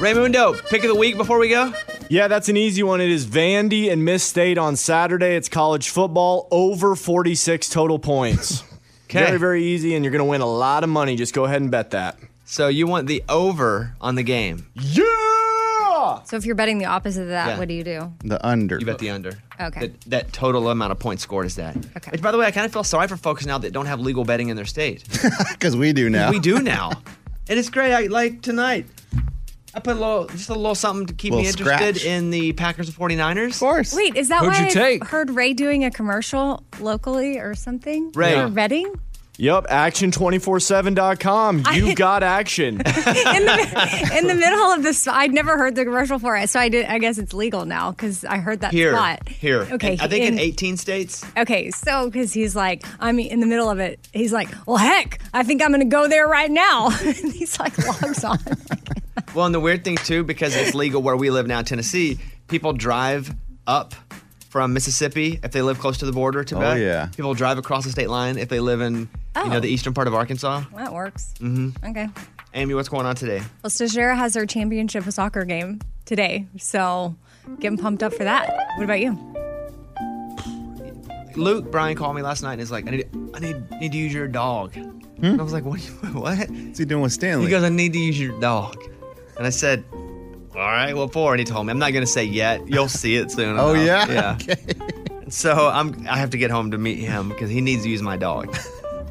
S1: Raymundo, pick of the week before we go.
S22: Yeah, that's an easy one. It is Vandy and Miss State on Saturday. It's college football, over 46 total points.
S1: 'Kay.
S22: Very, e- very easy, and you're going to win a lot of money. Just go ahead and bet that.
S1: So you want the over on the game?
S22: Yeah.
S5: So if you're betting the opposite of that,
S1: Yeah.
S5: what do you do?
S3: The under.
S1: You bet the under.
S5: Okay.
S1: That, that total amount of points scored is that. Okay. Which, by the way, I kind of feel sorry for folks now that don't have legal betting in their state.
S3: Because we do now.
S1: We do now. and it's great. I like tonight. I put a little, just a little something to keep me
S3: Little
S1: interested
S3: scratch.
S1: in the Packers and 49ers. Of
S3: course.
S5: Wait, is that
S1: Who'd
S5: why
S1: you
S5: I've
S1: take?
S5: heard Ray doing a commercial locally or something?
S22: Ray.
S5: For betting?
S22: Yep, action247.com. You got action.
S5: in the middle of this, I'd never heard the commercial for it, so I did. I guess it's legal now because I heard that
S1: here.
S5: spot.
S1: Here.
S5: Okay,
S1: And I think in
S5: in-
S1: 18 states.
S5: Okay, so because he's like, I'm in the middle of it. He's like, well, heck, I think I'm going to go there right now. and he's like, logs on.
S1: Well, and the weird thing too, because it's legal where we live now, Tennessee, people drive up from Mississippi if they live close to the border to
S3: Oh,
S1: bet.
S3: yeah.
S1: People drive across the state line if they live in you
S5: Oh.
S1: know the eastern part of Arkansas.
S5: Well, that works.
S1: Mm-hmm.
S5: Okay.
S1: Amy, what's going on today?
S5: Well, Stagiaire has her championship soccer game today, so getting pumped up for that. What about you?
S1: Luke Brian called me last night and is like, I need I need need to use your dog.
S3: Hmm?
S1: And I was like, what? do you- What? What's
S3: he doing with Stanley?
S1: He goes, I need to use your dog. And I said, All right, what for? And he told me, I'm not gonna say yet. You'll see it soon.
S3: Oh,
S1: enough."
S3: yeah?
S1: Yeah. And So I'm I have to get home to meet him because he needs to use my dog.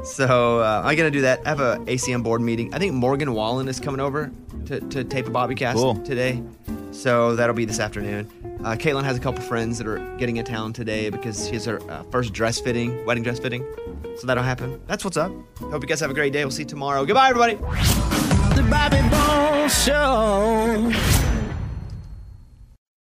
S1: So uh, I'm gonna do that. I have a ACM board meeting. I think Morgan Wallen is coming over to, to tape a Bobbycast
S3: Cool.
S1: today. So that'll be this afternoon. Uh, Caitlin has a couple friends that are getting in town today because she has her uh, first dress fitting, wedding dress fitting. So that'll happen. That's what's up. Hope you guys have a great day. We'll see you tomorrow. Goodbye, everybody.
S10: The Bobby Bone Show.